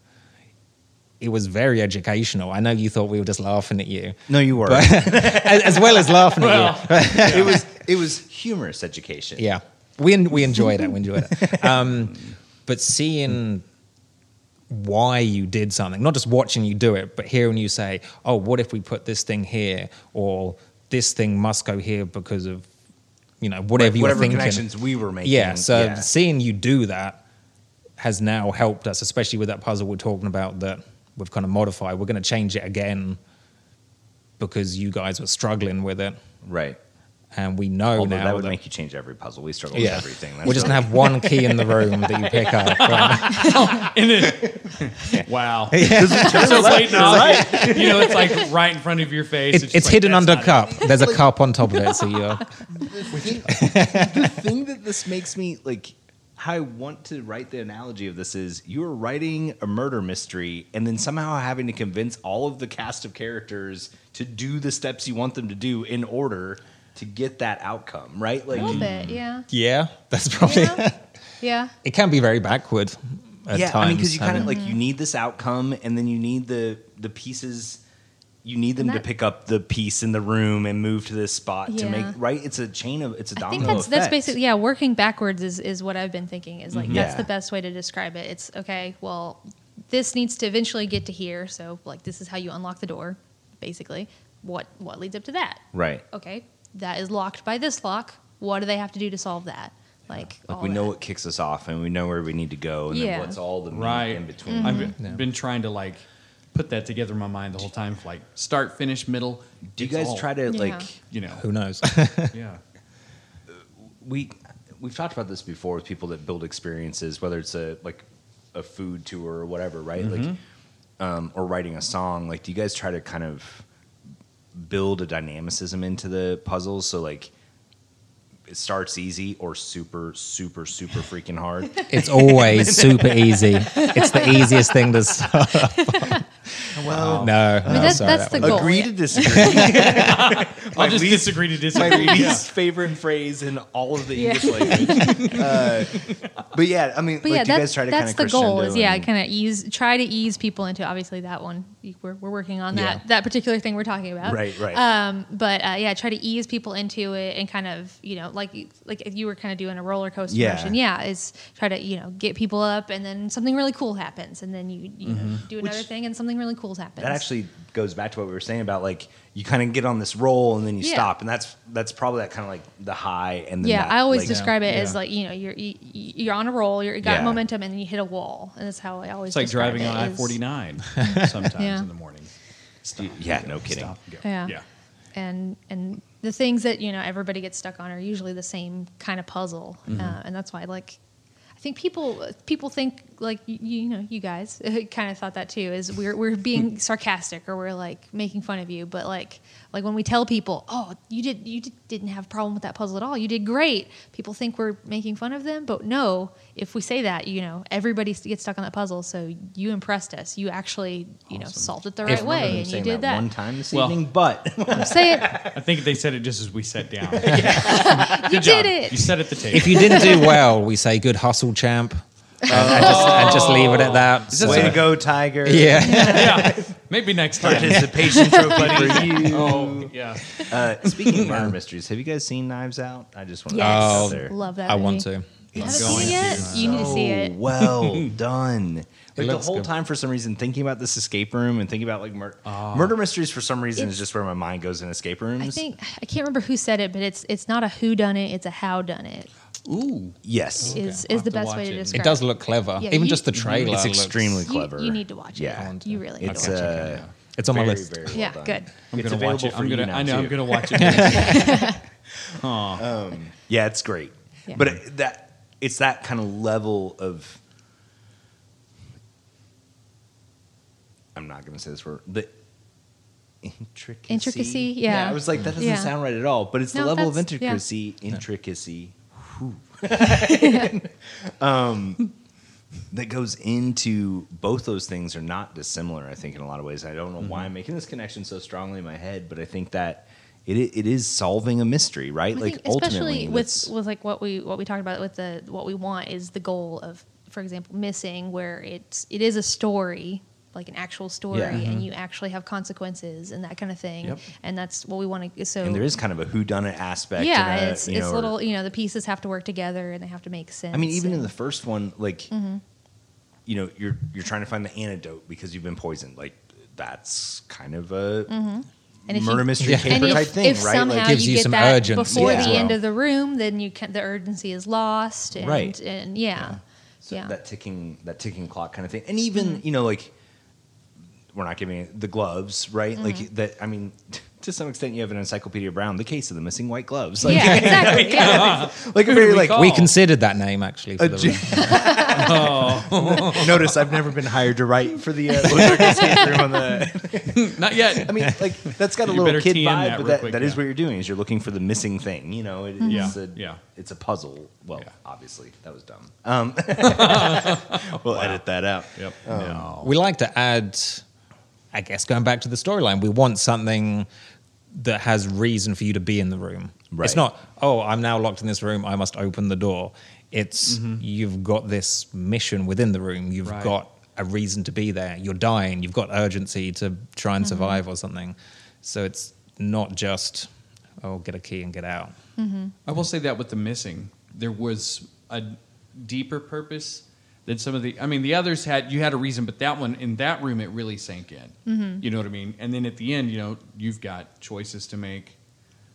D: it was very educational. I know you thought we were just laughing at you,
A: no, you were.
D: as, as well as laughing at you.
A: it was it was humorous education.
D: Yeah, we en- we enjoyed it. We enjoyed it. Um, but seeing why you did something, not just watching you do it, but hearing you say, "Oh, what if we put this thing here?" or "This thing must go here because of you know whatever you're
A: Whatever
D: thinking."
A: connections we were making.
D: Yeah, so seeing you do that has now helped us, especially with that puzzle we're talking about that we've kind of modified. We're going to change it again because you guys were struggling with it,
A: right.
D: and we know
A: Although
D: now
A: that would make you change every puzzle. We struggle with everything. That's
D: We're just
A: really-
D: gonna have one key in the room that you pick up. right?
B: Wow. It's so late now. You know, it's like right in front of your face.
D: It's,
B: just
D: it's
B: like,
D: hidden
B: that's
D: under a
B: not it.
D: cup. There's a cup on top of it, so you're
A: the thing that this makes me like how I want to write the analogy of this is you are writing a murder mystery and then somehow having to convince all of the cast of characters to do the steps you want them to do in order to get that outcome, right?
C: A
A: Like
C: little bit, yeah.
D: yeah. That's probably
C: Yeah. yeah.
D: it. Can be very backward at
A: yeah,
D: times.
A: I mean cuz you kind of
D: having-
A: like you need this outcome and then you need the the pieces you need them
C: And
A: to
C: that-
A: pick up the piece in the room and move to this spot to make
C: Yeah.
A: right it's a chain of it's a
C: I
A: domino
C: think that's that's
A: effect. Mm-hmm.
C: basically yeah. Working backwards is is what I've been thinking. Is like that's
A: Yeah.
C: the best way to describe it. It's okay. Well, this needs to eventually get to here. So like this is how you unlock the door, basically. What what leads up to that?
A: right.
C: Okay, that is locked by this lock. What do they have to do to solve that? Like,
A: Like
C: all
A: we know
C: that.
A: what kicks us off, and we know where we need to go, and
C: Yeah. Mm-hmm.
A: then what's all the meat
B: right
A: in between.
B: I've
D: Mm-hmm.
B: been- been trying to like put that together in my mind the whole time, for, like start, finish, middle.
A: Do you
B: It's
A: guys
B: all,
A: try to
C: Yeah.
A: like
B: You know,
D: who knows?
B: yeah.
A: we we've talked about this before with people that build experiences, whether it's a like a food tour or whatever, right? Like, um, or writing a song. Like, do you guys try to kind of build a dynamicism into the puzzles? So like, it starts easy or super, super, super freaking hard.
D: It's always super easy. It's the easiest thing to solve. well, no,
C: I mean,
D: no,
C: that's,
D: sorry,
C: that's
D: that
C: the goal.
A: Agree
C: yeah.
A: to disagree.
B: I'll just disagree to
A: my
B: disagree.
A: least
B: yeah.
A: favorite phrase in all of the
C: Yeah.
A: English language. Uh, but yeah, I mean, like
C: But yeah,
A: you
C: that's,
A: guys try to kind
C: that's
A: of
C: the goal. Is yeah,
A: and,
C: kind of ease try to ease people into obviously that one. we're, we're working on
A: Yeah.
C: that that particular thing we're talking about.
A: Right, right.
C: Um, but uh, yeah, try to ease people into it and kind of you know like like if you were kind of doing a roller coaster
A: Yeah.
C: motion. Yeah, is try to you know get people up and then something really cool happens and then you you know, do
A: Mm-hmm.
C: another
A: Which-
C: thing and something really cool happens.
A: That actually goes back to what we were saying about like you kind of get on this roll and then you
C: Yeah.
A: stop, and that's that's probably that kind of like the high and then
C: Yeah,
A: that,
C: I always
A: like,
C: describe it
D: Yeah.
C: as like you know you're you, you're on a roll, you're, you got
A: Yeah.
C: momentum, and then you hit a wall, and that's how I always.
B: It's like
C: describe
B: driving
C: it
B: on I
C: is-
B: forty nine sometimes
C: Yeah.
B: in the morning. Stop.
A: yeah,
B: go,
A: no kidding.
B: Stop and go.
C: Yeah.
B: yeah.
C: and and the things that you know everybody gets stuck on are usually the same kind of puzzle,
A: Mm-hmm.
C: uh, and that's why like. I think people people think like you, you know you guys kind of thought that too is we're we're being sarcastic or we're like making fun of you but like like when we tell people oh you did you did, didn't have a problem with that puzzle at all you did great people think we're making fun of them but no if we say that you know everybody gets stuck on that puzzle so you impressed us you actually you know
B: Awesome.
C: solved it the
A: I
C: right
A: remember them
C: way and you
A: saying
C: did that,
A: one time this
B: Well-
A: evening, but
C: say it
B: I think they said it just as we sat down.
C: you did it
B: You sat at the table.
D: If you didn't do well, we say good hustle, champ. And, and just, and just leave it at that.
B: that
A: way
B: so-
A: to go, Tiger!
D: Yeah.
B: yeah. Maybe next time.
A: Participation trophy for you.
B: Oh, yeah.
A: Uh, speaking of murder mysteries, have you guys seen Knives Out? I just want to
C: Yes.
A: out
D: Oh,
A: there.
C: Love that.
D: I want
C: movie.
D: to.
C: You
A: It's
C: haven't seen
A: going
C: it yet?
A: to.
C: You need to see
A: so
C: it.
A: well done. Like the
D: looks
A: whole
D: good.
A: time, for some reason, thinking about this escape room and thinking about like mur-
B: Ah.
A: murder mysteries. For some reason, is just where my mind goes in escape rooms.
C: I think I can't remember who said it, but it's it's not a who done it, it's a how done it.
B: Ooh.
A: yes,
C: Is
B: I'll
C: is
B: have
C: the
B: to
C: best
B: watch
C: way to
B: it. It
C: describe
D: It does look clever.
C: Yeah,
D: Even
C: you-
D: just the trailer.
A: it's
D: looks-
A: extremely
C: You-
A: clever.
C: You need to watch it.
A: Yeah.
C: you really need
A: It's
C: to watch it.
A: uh,
D: It's on my
A: very,
D: list.
A: very well
C: Yeah,
A: done.
C: good.
B: I'm
A: It's
B: gonna watch
A: available
B: it.
A: for
B: I'm
A: you
B: gonna.
A: now,
B: I know. I'm
A: too.
B: gonna watch it.
A: Yeah, it's great.
C: Yeah.
A: But it, that it's that kind of level of I'm not going to say this word. The intricacy.
C: Intricacy, yeah.
A: I was like that doesn't
C: Yeah.
A: sound right at all, but it's the
C: No,
A: level of
C: that's- yeah.
A: intricacy, intricacy. whew, um that goes into both those things are not dissimilar I think in a lot of ways. I don't know why I'm making this connection so strongly in my head, but I think that it, it is solving a mystery, right?
C: I
A: like
C: think especially
A: ultimately
C: with
A: that's-
C: with like what we what we talked about with the what we want is the goal of for example missing where it's it is a story like an actual story
A: Yeah. Mm-hmm.
C: and you actually have consequences and that kind of thing
A: Yep.
C: and that's what we want to so
A: and there is kind of a who done it aspect.
C: yeah
A: and a,
C: it's
A: you
C: it's
A: know, or-
C: little you know the pieces have to work together and they have to make sense
A: I mean, even in
C: and-
A: the first one, like you know, you're you're trying to find the antidote because you've been poisoned. Like that's kind of a
C: Mm-hmm. And if
A: murder
C: you-
A: mystery
D: Yeah.
A: paper
C: and if,
A: type thing,
C: if
A: right?
C: somehow
A: like,
D: Gives
C: you
D: you
C: get
D: some
C: that
D: urgency
C: before
A: as
C: the
A: well.
C: end of the room, then you can, the urgency is lost, and,
A: Right.
C: And yeah,
A: So
C: yeah, Mm-hmm.
A: that ticking that ticking clock kind of thing and even you know like we're not giving it the gloves right
C: Mm-hmm.
A: like that i mean to some extent you have an encyclopedia brown the case of the missing white gloves like
C: yeah, exactly. yeah.
A: like a very
B: we
A: like
B: call?
D: We considered that name actually. For
A: A
D: the
A: ge-
D: room.
A: notice i've never been hired to write for the uh, Ozark escape room on the
B: Not yet.
A: i mean like that's got a
B: You better
A: little kid
B: tee
A: vibe
B: in
A: but
B: that real
A: that,
B: quick,
A: that is
B: yeah.
A: what you're doing is you're looking for the missing thing you know it, it's
B: Yeah,
A: a
B: yeah.
A: it's a puzzle well
B: Yeah.
A: obviously that was dumb um we'll edit that out
B: Yep.
A: oh.
B: no.
D: we like to add, I guess, going back to the storyline, we want something that has reason for you to be in the room.
A: Right.
D: It's not, oh, I'm now locked in this room, I must open the door. It's you've got this mission within the room, you've
B: Right.
D: got a reason to be there, you're dying, you've got urgency to try and survive or something. So it's not just, oh, get a key and get out.
B: I will say that with the missing, there was a deeper purpose than some of the. I mean, the others had you had a reason, but that one in that room it really sank in.
A: Mm-hmm.
B: You know what I mean? And then at the end, you know, you've got choices to make.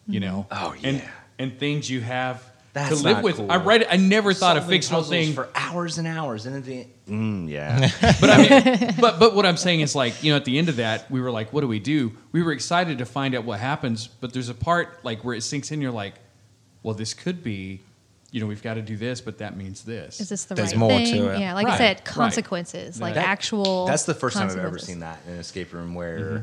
B: You know,
A: Oh,
B: and,
A: yeah.
B: and things you have
A: That's
B: to live
A: not
B: with.
A: cool.
B: I read. it- I never thought a
A: solving
B: fictional
A: puzzles
B: thing
A: for hours and hours, and at the mm, yeah,
B: But I mean, but but what I'm saying is like you know at the end of that we were like, what do we do? We were excited to find out what happens, but there's a part like where it sinks in. You're like, well, this could be, you know, we've got to do this, but that means this.
C: Is this the
D: There's
C: right
D: more to
C: thing?
D: it.
C: Yeah, like I
B: Right,
C: said,
B: right.
C: consequences, like
B: That-
C: actual.
A: that's the first time I've ever seen
C: consequences.
A: that in an escape room where
B: Mm-hmm.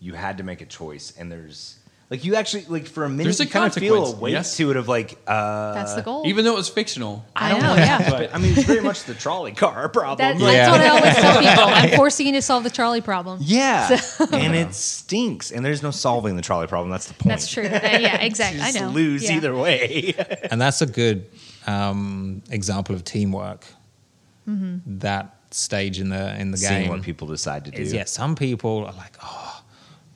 A: you had to make a choice, and there's like you actually like for a minute
B: There's a
A: you kind of feel a
B: consequence,
A: weight
B: yes.
A: to it of like uh,
C: That's the goal.
B: Even though it was fictional,
C: I know, Oh, yeah.
A: but I mean it's very much the trolley car problem.
C: That-
A: like-
C: That's what I always tell people. I'm forcing you to solve the trolley problem.
A: yeah, and it stinks, and there's no solving the trolley problem. That's the point.
C: That's true. That- yeah, exactly.
A: You
C: I
A: just
C: know.
A: lose
C: Yeah.
A: either way.
D: and that's a good um, example of teamwork. That stage in the in the
E: Seeing
D: game.
E: what people decide to do.
D: is yeah, some people are like, oh,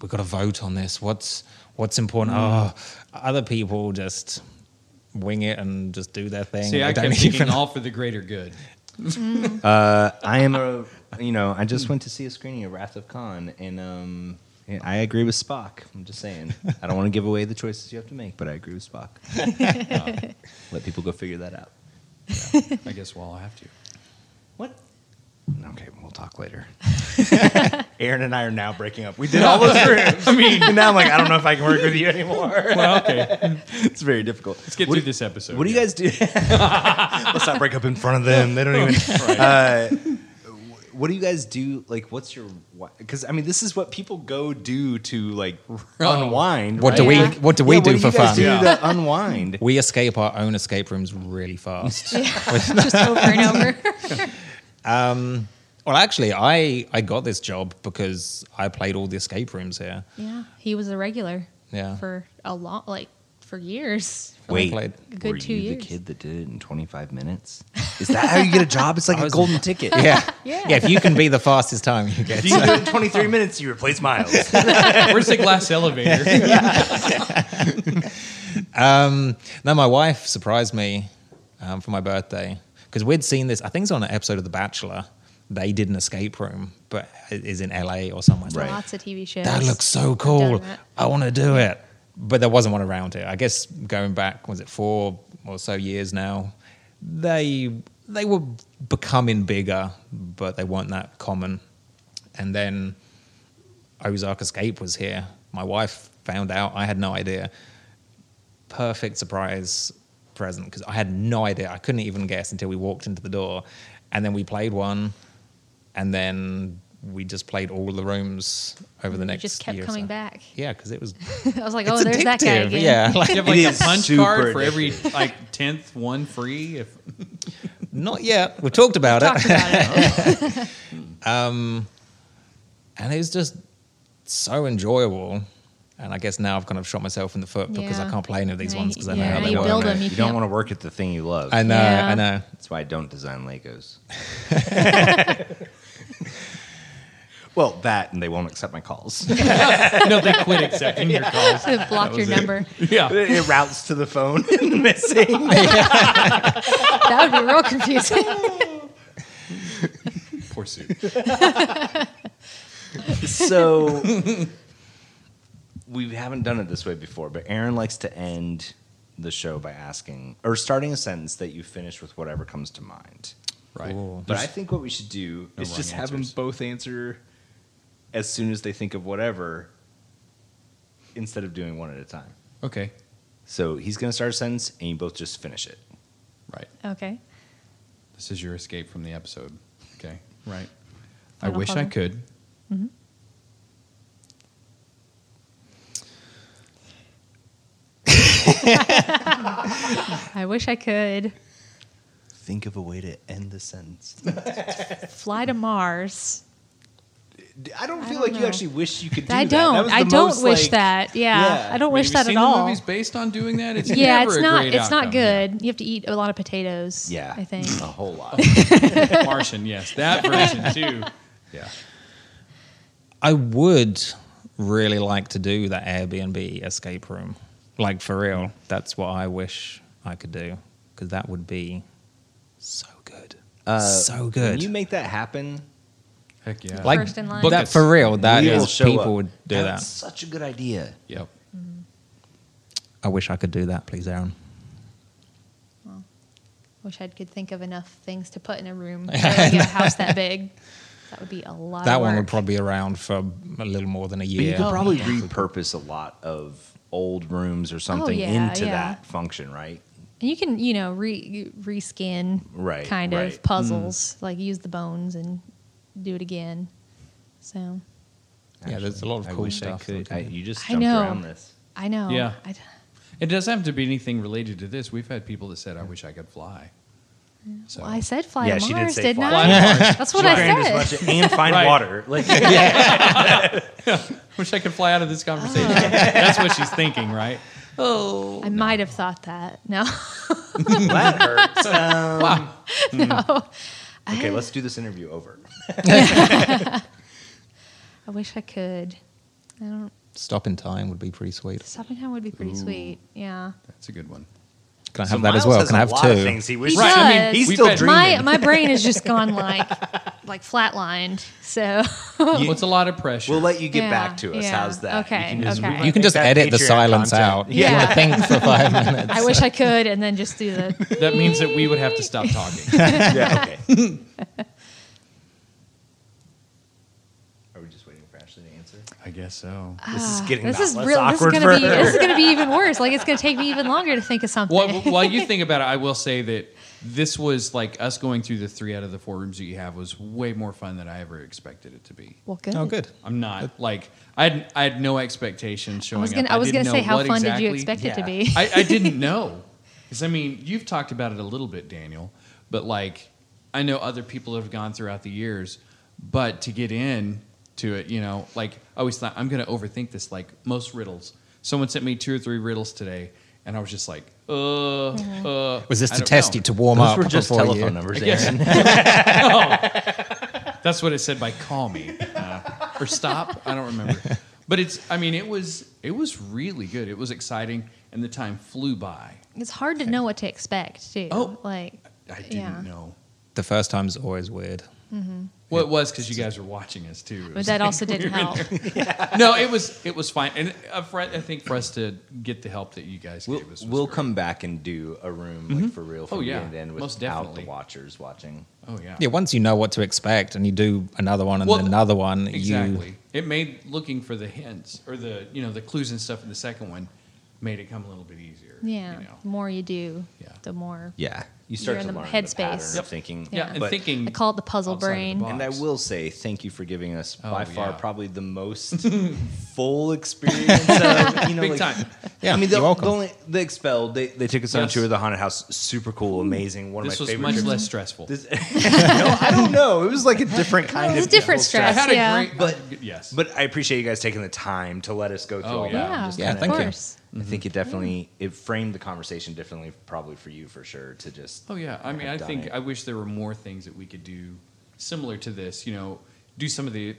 D: we got to vote on this. What's what's important? Oh, other people just wing it and just do their thing.
B: See,
D: They
B: I
D: don't
B: kept thinking "Oh,
D: even-
B: all for the greater good.
A: Uh, I am a, you know, I just went to see a screening of Wrath of Khan, and um, yeah, I agree with Spock. I'm just saying, I don't want to give away the choices you have to make, but I agree with Spock. Uh, Let people go figure that out.
B: I guess we'll all have to.
A: What? Okay, we'll talk later.
E: Aaron and I are now breaking up. We did all those rooms. I mean, now I'm like, I don't know if I can work with you anymore.
B: Well, okay.
E: it's very difficult.
B: Let's get
E: What
B: through
E: do-
B: this episode.
A: What do you guys do?
E: Let's not break up in front of them. They don't even. Uh,
A: What do you guys do? Like, what's your? Because I mean, this is what people go do to like unwind.
D: Oh. What do we
C: Yeah.
D: what do we
A: Yeah,
D: do
A: what
D: for
A: you guys
D: fun?
A: do
B: Yeah.
A: to unwind?
D: We escape our own escape rooms really fast.
C: just over and over.
D: well, actually, I I got this job because I played all the escape rooms here.
C: yeah, he was a regular.
D: Yeah.
C: for a lot, like for years. For
A: Wait,
D: Played.
C: a good
A: were
C: two
A: you
C: years.
A: the kid that did it in 25 minutes? Is that how you get a job? It's like a golden ticket.
D: Yeah.
C: Yeah.
D: If you can be the fastest time, you get.
E: If you do it in 23 minutes, you replace Miles.
B: Where's the glass elevator?
D: Um, no, my wife surprised me um, for my birthday because we'd seen this. I think it's on an episode of The Bachelor. They did an escape room, but it is in LA or somewhere.
A: Right.
C: Lots of TV shows.
D: That looks so cool.
C: done that.
D: I want to do it. But there wasn't one around here. I guess going back, was it four or so years now? They they were becoming bigger, but they weren't that common. And then Ozark Escape was here. My wife found out. I had no idea. Perfect surprise present because I had no idea. I couldn't even guess until we walked into the door. And then we played one. And then we just played all the rooms over the
C: You
D: next
C: just kept
D: year or
C: coming
D: so.
C: back.
D: Yeah, because it was.
C: I was like,
D: uh, it's
C: oh, there's that guy
D: addictive.
C: again.
D: Yeah, like,
B: You have like
A: It
B: a
A: is
B: punch
A: super
B: card for every like tenth one free. If
D: not yet. We talked about it.
C: Talked about it.
D: and it was just so enjoyable. And I guess now I've kind of shot myself in the foot because I
C: Yeah.
D: can't play any of these
C: Yeah,
D: ones because I know
C: yeah,
D: how they
C: you
D: work.
C: build 'em,
A: You,
C: you
A: don't
C: can't-
A: want to work at the thing you love.
D: I know,
C: Yeah.
D: I know.
A: That's why I don't design Legos.
E: Well, that and they won't accept my calls.
B: no, they quit accepting your calls.
C: Should've blocked your number.
B: Yeah,
E: it routes to the phone and missing.
C: That would be real confusing.
B: poor suit.
A: So we haven't done it this way before, but Aaron likes to end the show by asking or starting a sentence that you finish with whatever comes to mind.
B: Right.
D: Ooh.
A: But I think what we should do
B: No
A: is
B: wrong
A: just have them
B: answers.
A: both answer as soon as they think of whatever instead of doing one at a time.
B: Okay.
A: So he's going to start a sentence and you both just finish it.
B: Right.
C: Okay.
B: This is your escape from the episode. Okay. Right. I
C: Final
B: wish I
C: puzzle.
B: could.
C: I wish I could
A: Think of a way to end the sentence.
C: fly to Mars.
A: I don't
C: I
A: feel
C: don't
A: like you
C: know.
A: actually wish you could do
C: I
A: that. That
C: don't.
A: was
C: I
A: the
C: don't
A: most,
C: wish
A: like-
C: that. Yeah,
A: Yeah.
C: I
B: I
C: don't
B: mean,
C: wish
B: have
C: that
B: you
C: at
B: seen the
C: all.
B: movies based on doing that. It's
C: yeah,
B: never
C: it's
B: a
C: not.
B: great
C: It's not
B: outcome. Yeah.
C: good. You have to eat a lot of potatoes.
A: Yeah.
C: I think.
A: A whole lot.
B: Martian, yes, that version too. Yeah.
D: I would really like to do that Airbnb escape room. Like for real, that's what I wish I could do because that would be so good. so
A: Uh, When
D: good.
A: you make that happen,
B: Heck yeah.
D: like
C: First in line.
D: that
B: Buckets.
D: for real. That
A: we will
D: is
A: show
D: people
A: up.
D: would do
A: That's
D: that.
A: Such a good idea.
B: Yep.
D: I wish I could do that, please, Aaron.
C: Wish I could think of enough things to put in a room. for, like, a house that big. That would be a lot.
D: That
C: of
D: one
C: work.
D: would probably be around for a little more than a
A: But
D: year.
A: you could
C: Oh,
A: probably
C: yeah.
A: repurpose a lot of old rooms or something
C: Oh, yeah,
A: into
C: yeah.
A: that function, right?
C: And you can, you know, re reskin
A: Right,
C: kind
A: right. Mm.
C: of puzzles. Like use the bones and do it again. So
D: Yeah, there's a lot of
A: I
D: cool
A: wish
D: stuff
A: I could.
D: we
A: I,
D: could do.
A: you just
C: I
A: jumped
C: know.
A: around this.
C: I know.
B: Yeah.
C: I d-
B: It doesn't have to be anything related to this. We've had people that said, "I wish I could fly." So
C: well, I said fly
E: Yeah,
C: to
E: she did
C: Mars,
E: say
C: didn't
E: fly
C: I?
E: to
C: That's what I said.
E: and find
B: Right.
E: water. Like
B: wish I could fly out of
C: Oh.
B: this conversation. That's what she's thinking, right?
C: I might have thought that. No.
E: that hurts.
C: no.
A: Um, Okay, let's do this interview over.
C: I wish I could. I don't.
D: Stop in time would be pretty sweet.
C: Stopping time would be pretty sweet. Yeah.
B: That's a good one.
D: Can I have
A: So
D: that
A: Miles
D: as well?
A: has
D: Can I
A: a
D: have
A: lot
D: two?
A: of things he wishes.
C: Right. I mean, Does. he's
B: we've
A: still
B: been-
A: dreaming.
C: My my brain has just gone like like flatlined. So
B: Well, it's a lot of pressure.
A: We'll let you get
C: Yeah,
A: back to us.
C: yeah,
A: How's that?
C: okay,
A: You can just,
C: okay.
D: You can just
A: That
D: edit the
A: Patreon
D: silence
A: content.
D: out.
C: Yeah.
D: You have to think for five minutes.
C: I wish I could, and then just do the.
B: that means that we would have to stop talking.
A: yeah, okay. Are we just waiting for Ashley to answer?
B: I guess so.
A: This is getting
C: Ah, This
A: not
C: is
A: less
C: real. This is
A: awkward
C: gonna be.
A: for her.
C: This is gonna be even worse. Like it's gonna take me even longer to think of something.
B: Well, w- while you think about it, I will say that this was like us going through the three out of the four rooms that you have was way more fun than I ever expected it to be.
C: Well, good.
D: Oh, good.
B: I'm not like I had I had no expectations showing
C: I was
B: up.
C: gonna. I was
B: didn't
C: gonna say,
B: know
C: how
B: what
C: fun did you
B: exactly-
C: expect it to
D: Yeah.
C: be?
B: I, I didn't know. Because, I mean, you've talked about it a little bit, Daniel, but like, I know other people have gone throughout the years, but to get in to it, you know, like, I always thought I'm going to overthink this, like most riddles. Someone sent me two or three riddles today, and I was just like, uh, uh.
D: Was this
B: I
D: to
B: don't
D: test
B: know.
D: you to warm
A: Those
B: uh,
D: up?
A: were just
D: before
A: telephone
D: you-
A: numbers,
B: I guess.
A: Aaron.
B: Oh. that's what it said by call me uh, or stop. I don't remember. But it's, I mean, it was, it was really good. It was exciting, and the time flew by.
C: It's hard to know what to expect too.
B: Oh.
C: like
B: I didn't
C: Yeah.
B: know.
D: The first time's always weird.
B: Well, it was because you guys were watching us too. It
C: but
B: was-
C: that also didn't help.
B: no, it was it was fine, and uh, for, I think for us to get the help that you guys
A: We'll,
B: gave us, was
A: we'll
B: great.
A: come back and do a room like, for real from
B: Oh, yeah.
A: end to end
B: Most
A: without
B: definitely.
A: the watchers watching.
B: Oh yeah,
D: Yeah, once you know what to expect and you do another one and
B: Well,
D: then another one,
B: exactly.
D: you
B: It made looking for the hints or the you know the clues and stuff in the second one made it come a little bit easier.
C: Yeah,
B: you know.
C: the more you do,
B: Yeah.
C: the more.
A: Yeah, you start
C: in
A: to
C: the
A: learn
C: headspace.
A: the pattern
B: Yep.
A: of thinking.
B: yeah, and
A: But-
B: thinking.
C: I call it the puzzle
B: outside of the
C: brain.
B: box.
A: And I will say thank you for giving us
B: Oh,
A: by far
B: yeah.
A: probably the most full experience of you know
B: Big
A: like,
B: time.
D: Yeah,
A: I mean, the,
D: you're welcome.
A: the only the expelled they, they took us on a
B: Yes.
A: tour of the haunted house. Super cool, amazing. One of
B: This
A: my
B: was
A: favorite.
B: much
A: trips.
B: less stressful.
A: This- no, I don't know. It was like a different kind
C: It's
A: of
C: a different
A: stress.
B: I
C: stress.
B: had a
C: yeah.
B: great,
A: But-
B: yes,
A: But I appreciate you guys taking the time to let us go through
B: Oh,
A: all
B: yeah. Mm-hmm.
A: that. and just
D: Yeah,
A: kinda-
D: thank
C: of
D: you.
C: course.
A: I think it definitely it framed the conversation differently, probably for you for sure. To just
B: Oh yeah, I mean, I
A: have done
B: think
A: it.
B: I wish there were more things that we could do similar to this. You know, do some of the.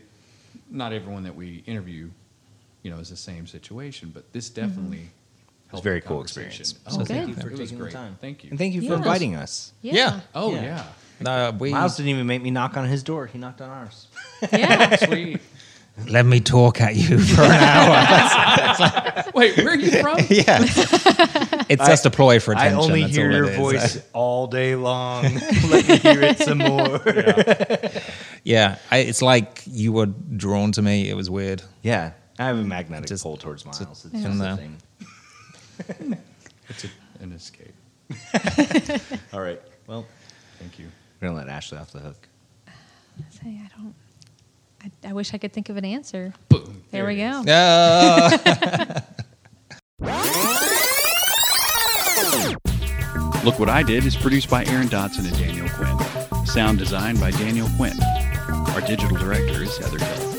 B: Not everyone that we interview, you know, is the same situation, but this definitely. helped
A: very
B: the
A: cool
B: conversation.
A: experience.
B: Oh,
A: So
C: thank
B: yeah,
C: you
A: for
B: it was
A: taking the
B: great.
A: time.
B: Thank you.
A: and thank you for
C: Yeah.
A: inviting us.
C: Yeah.
D: Yeah.
B: oh
A: Yeah.
B: yeah,
D: no, we
A: Miles didn't even make me knock on his door. He knocked on ours.
C: Yeah.
B: sweet.
D: let me talk at you for an hour.
B: Wait, where are you from?
D: yeah, it's just a ploy for
E: I
D: attention.
E: only
D: that's
E: hear
D: all it
E: your
D: is.
E: voice all day long. Let me hear it some more.
D: Yeah, I, it's like you were drawn to me. It was weird.
A: Yeah, I have a magnetic
D: Just-
A: pull towards Miles. It's
D: Yeah.
A: just
D: No.
A: a thing.
B: It's a, an escape.
A: All right. Well,
B: Thank you.
A: we're gonna let Ashley off the hook.
C: Say, I don't. I, I wish I could think of an answer.
B: Boom.
C: There, we
B: it
C: go.
B: is.
D: Yeah.
F: Look What I Did is produced by Aaron Dotson and Daniel Quinn. Sound design by Daniel Quinn. Our digital director is Heather Hill.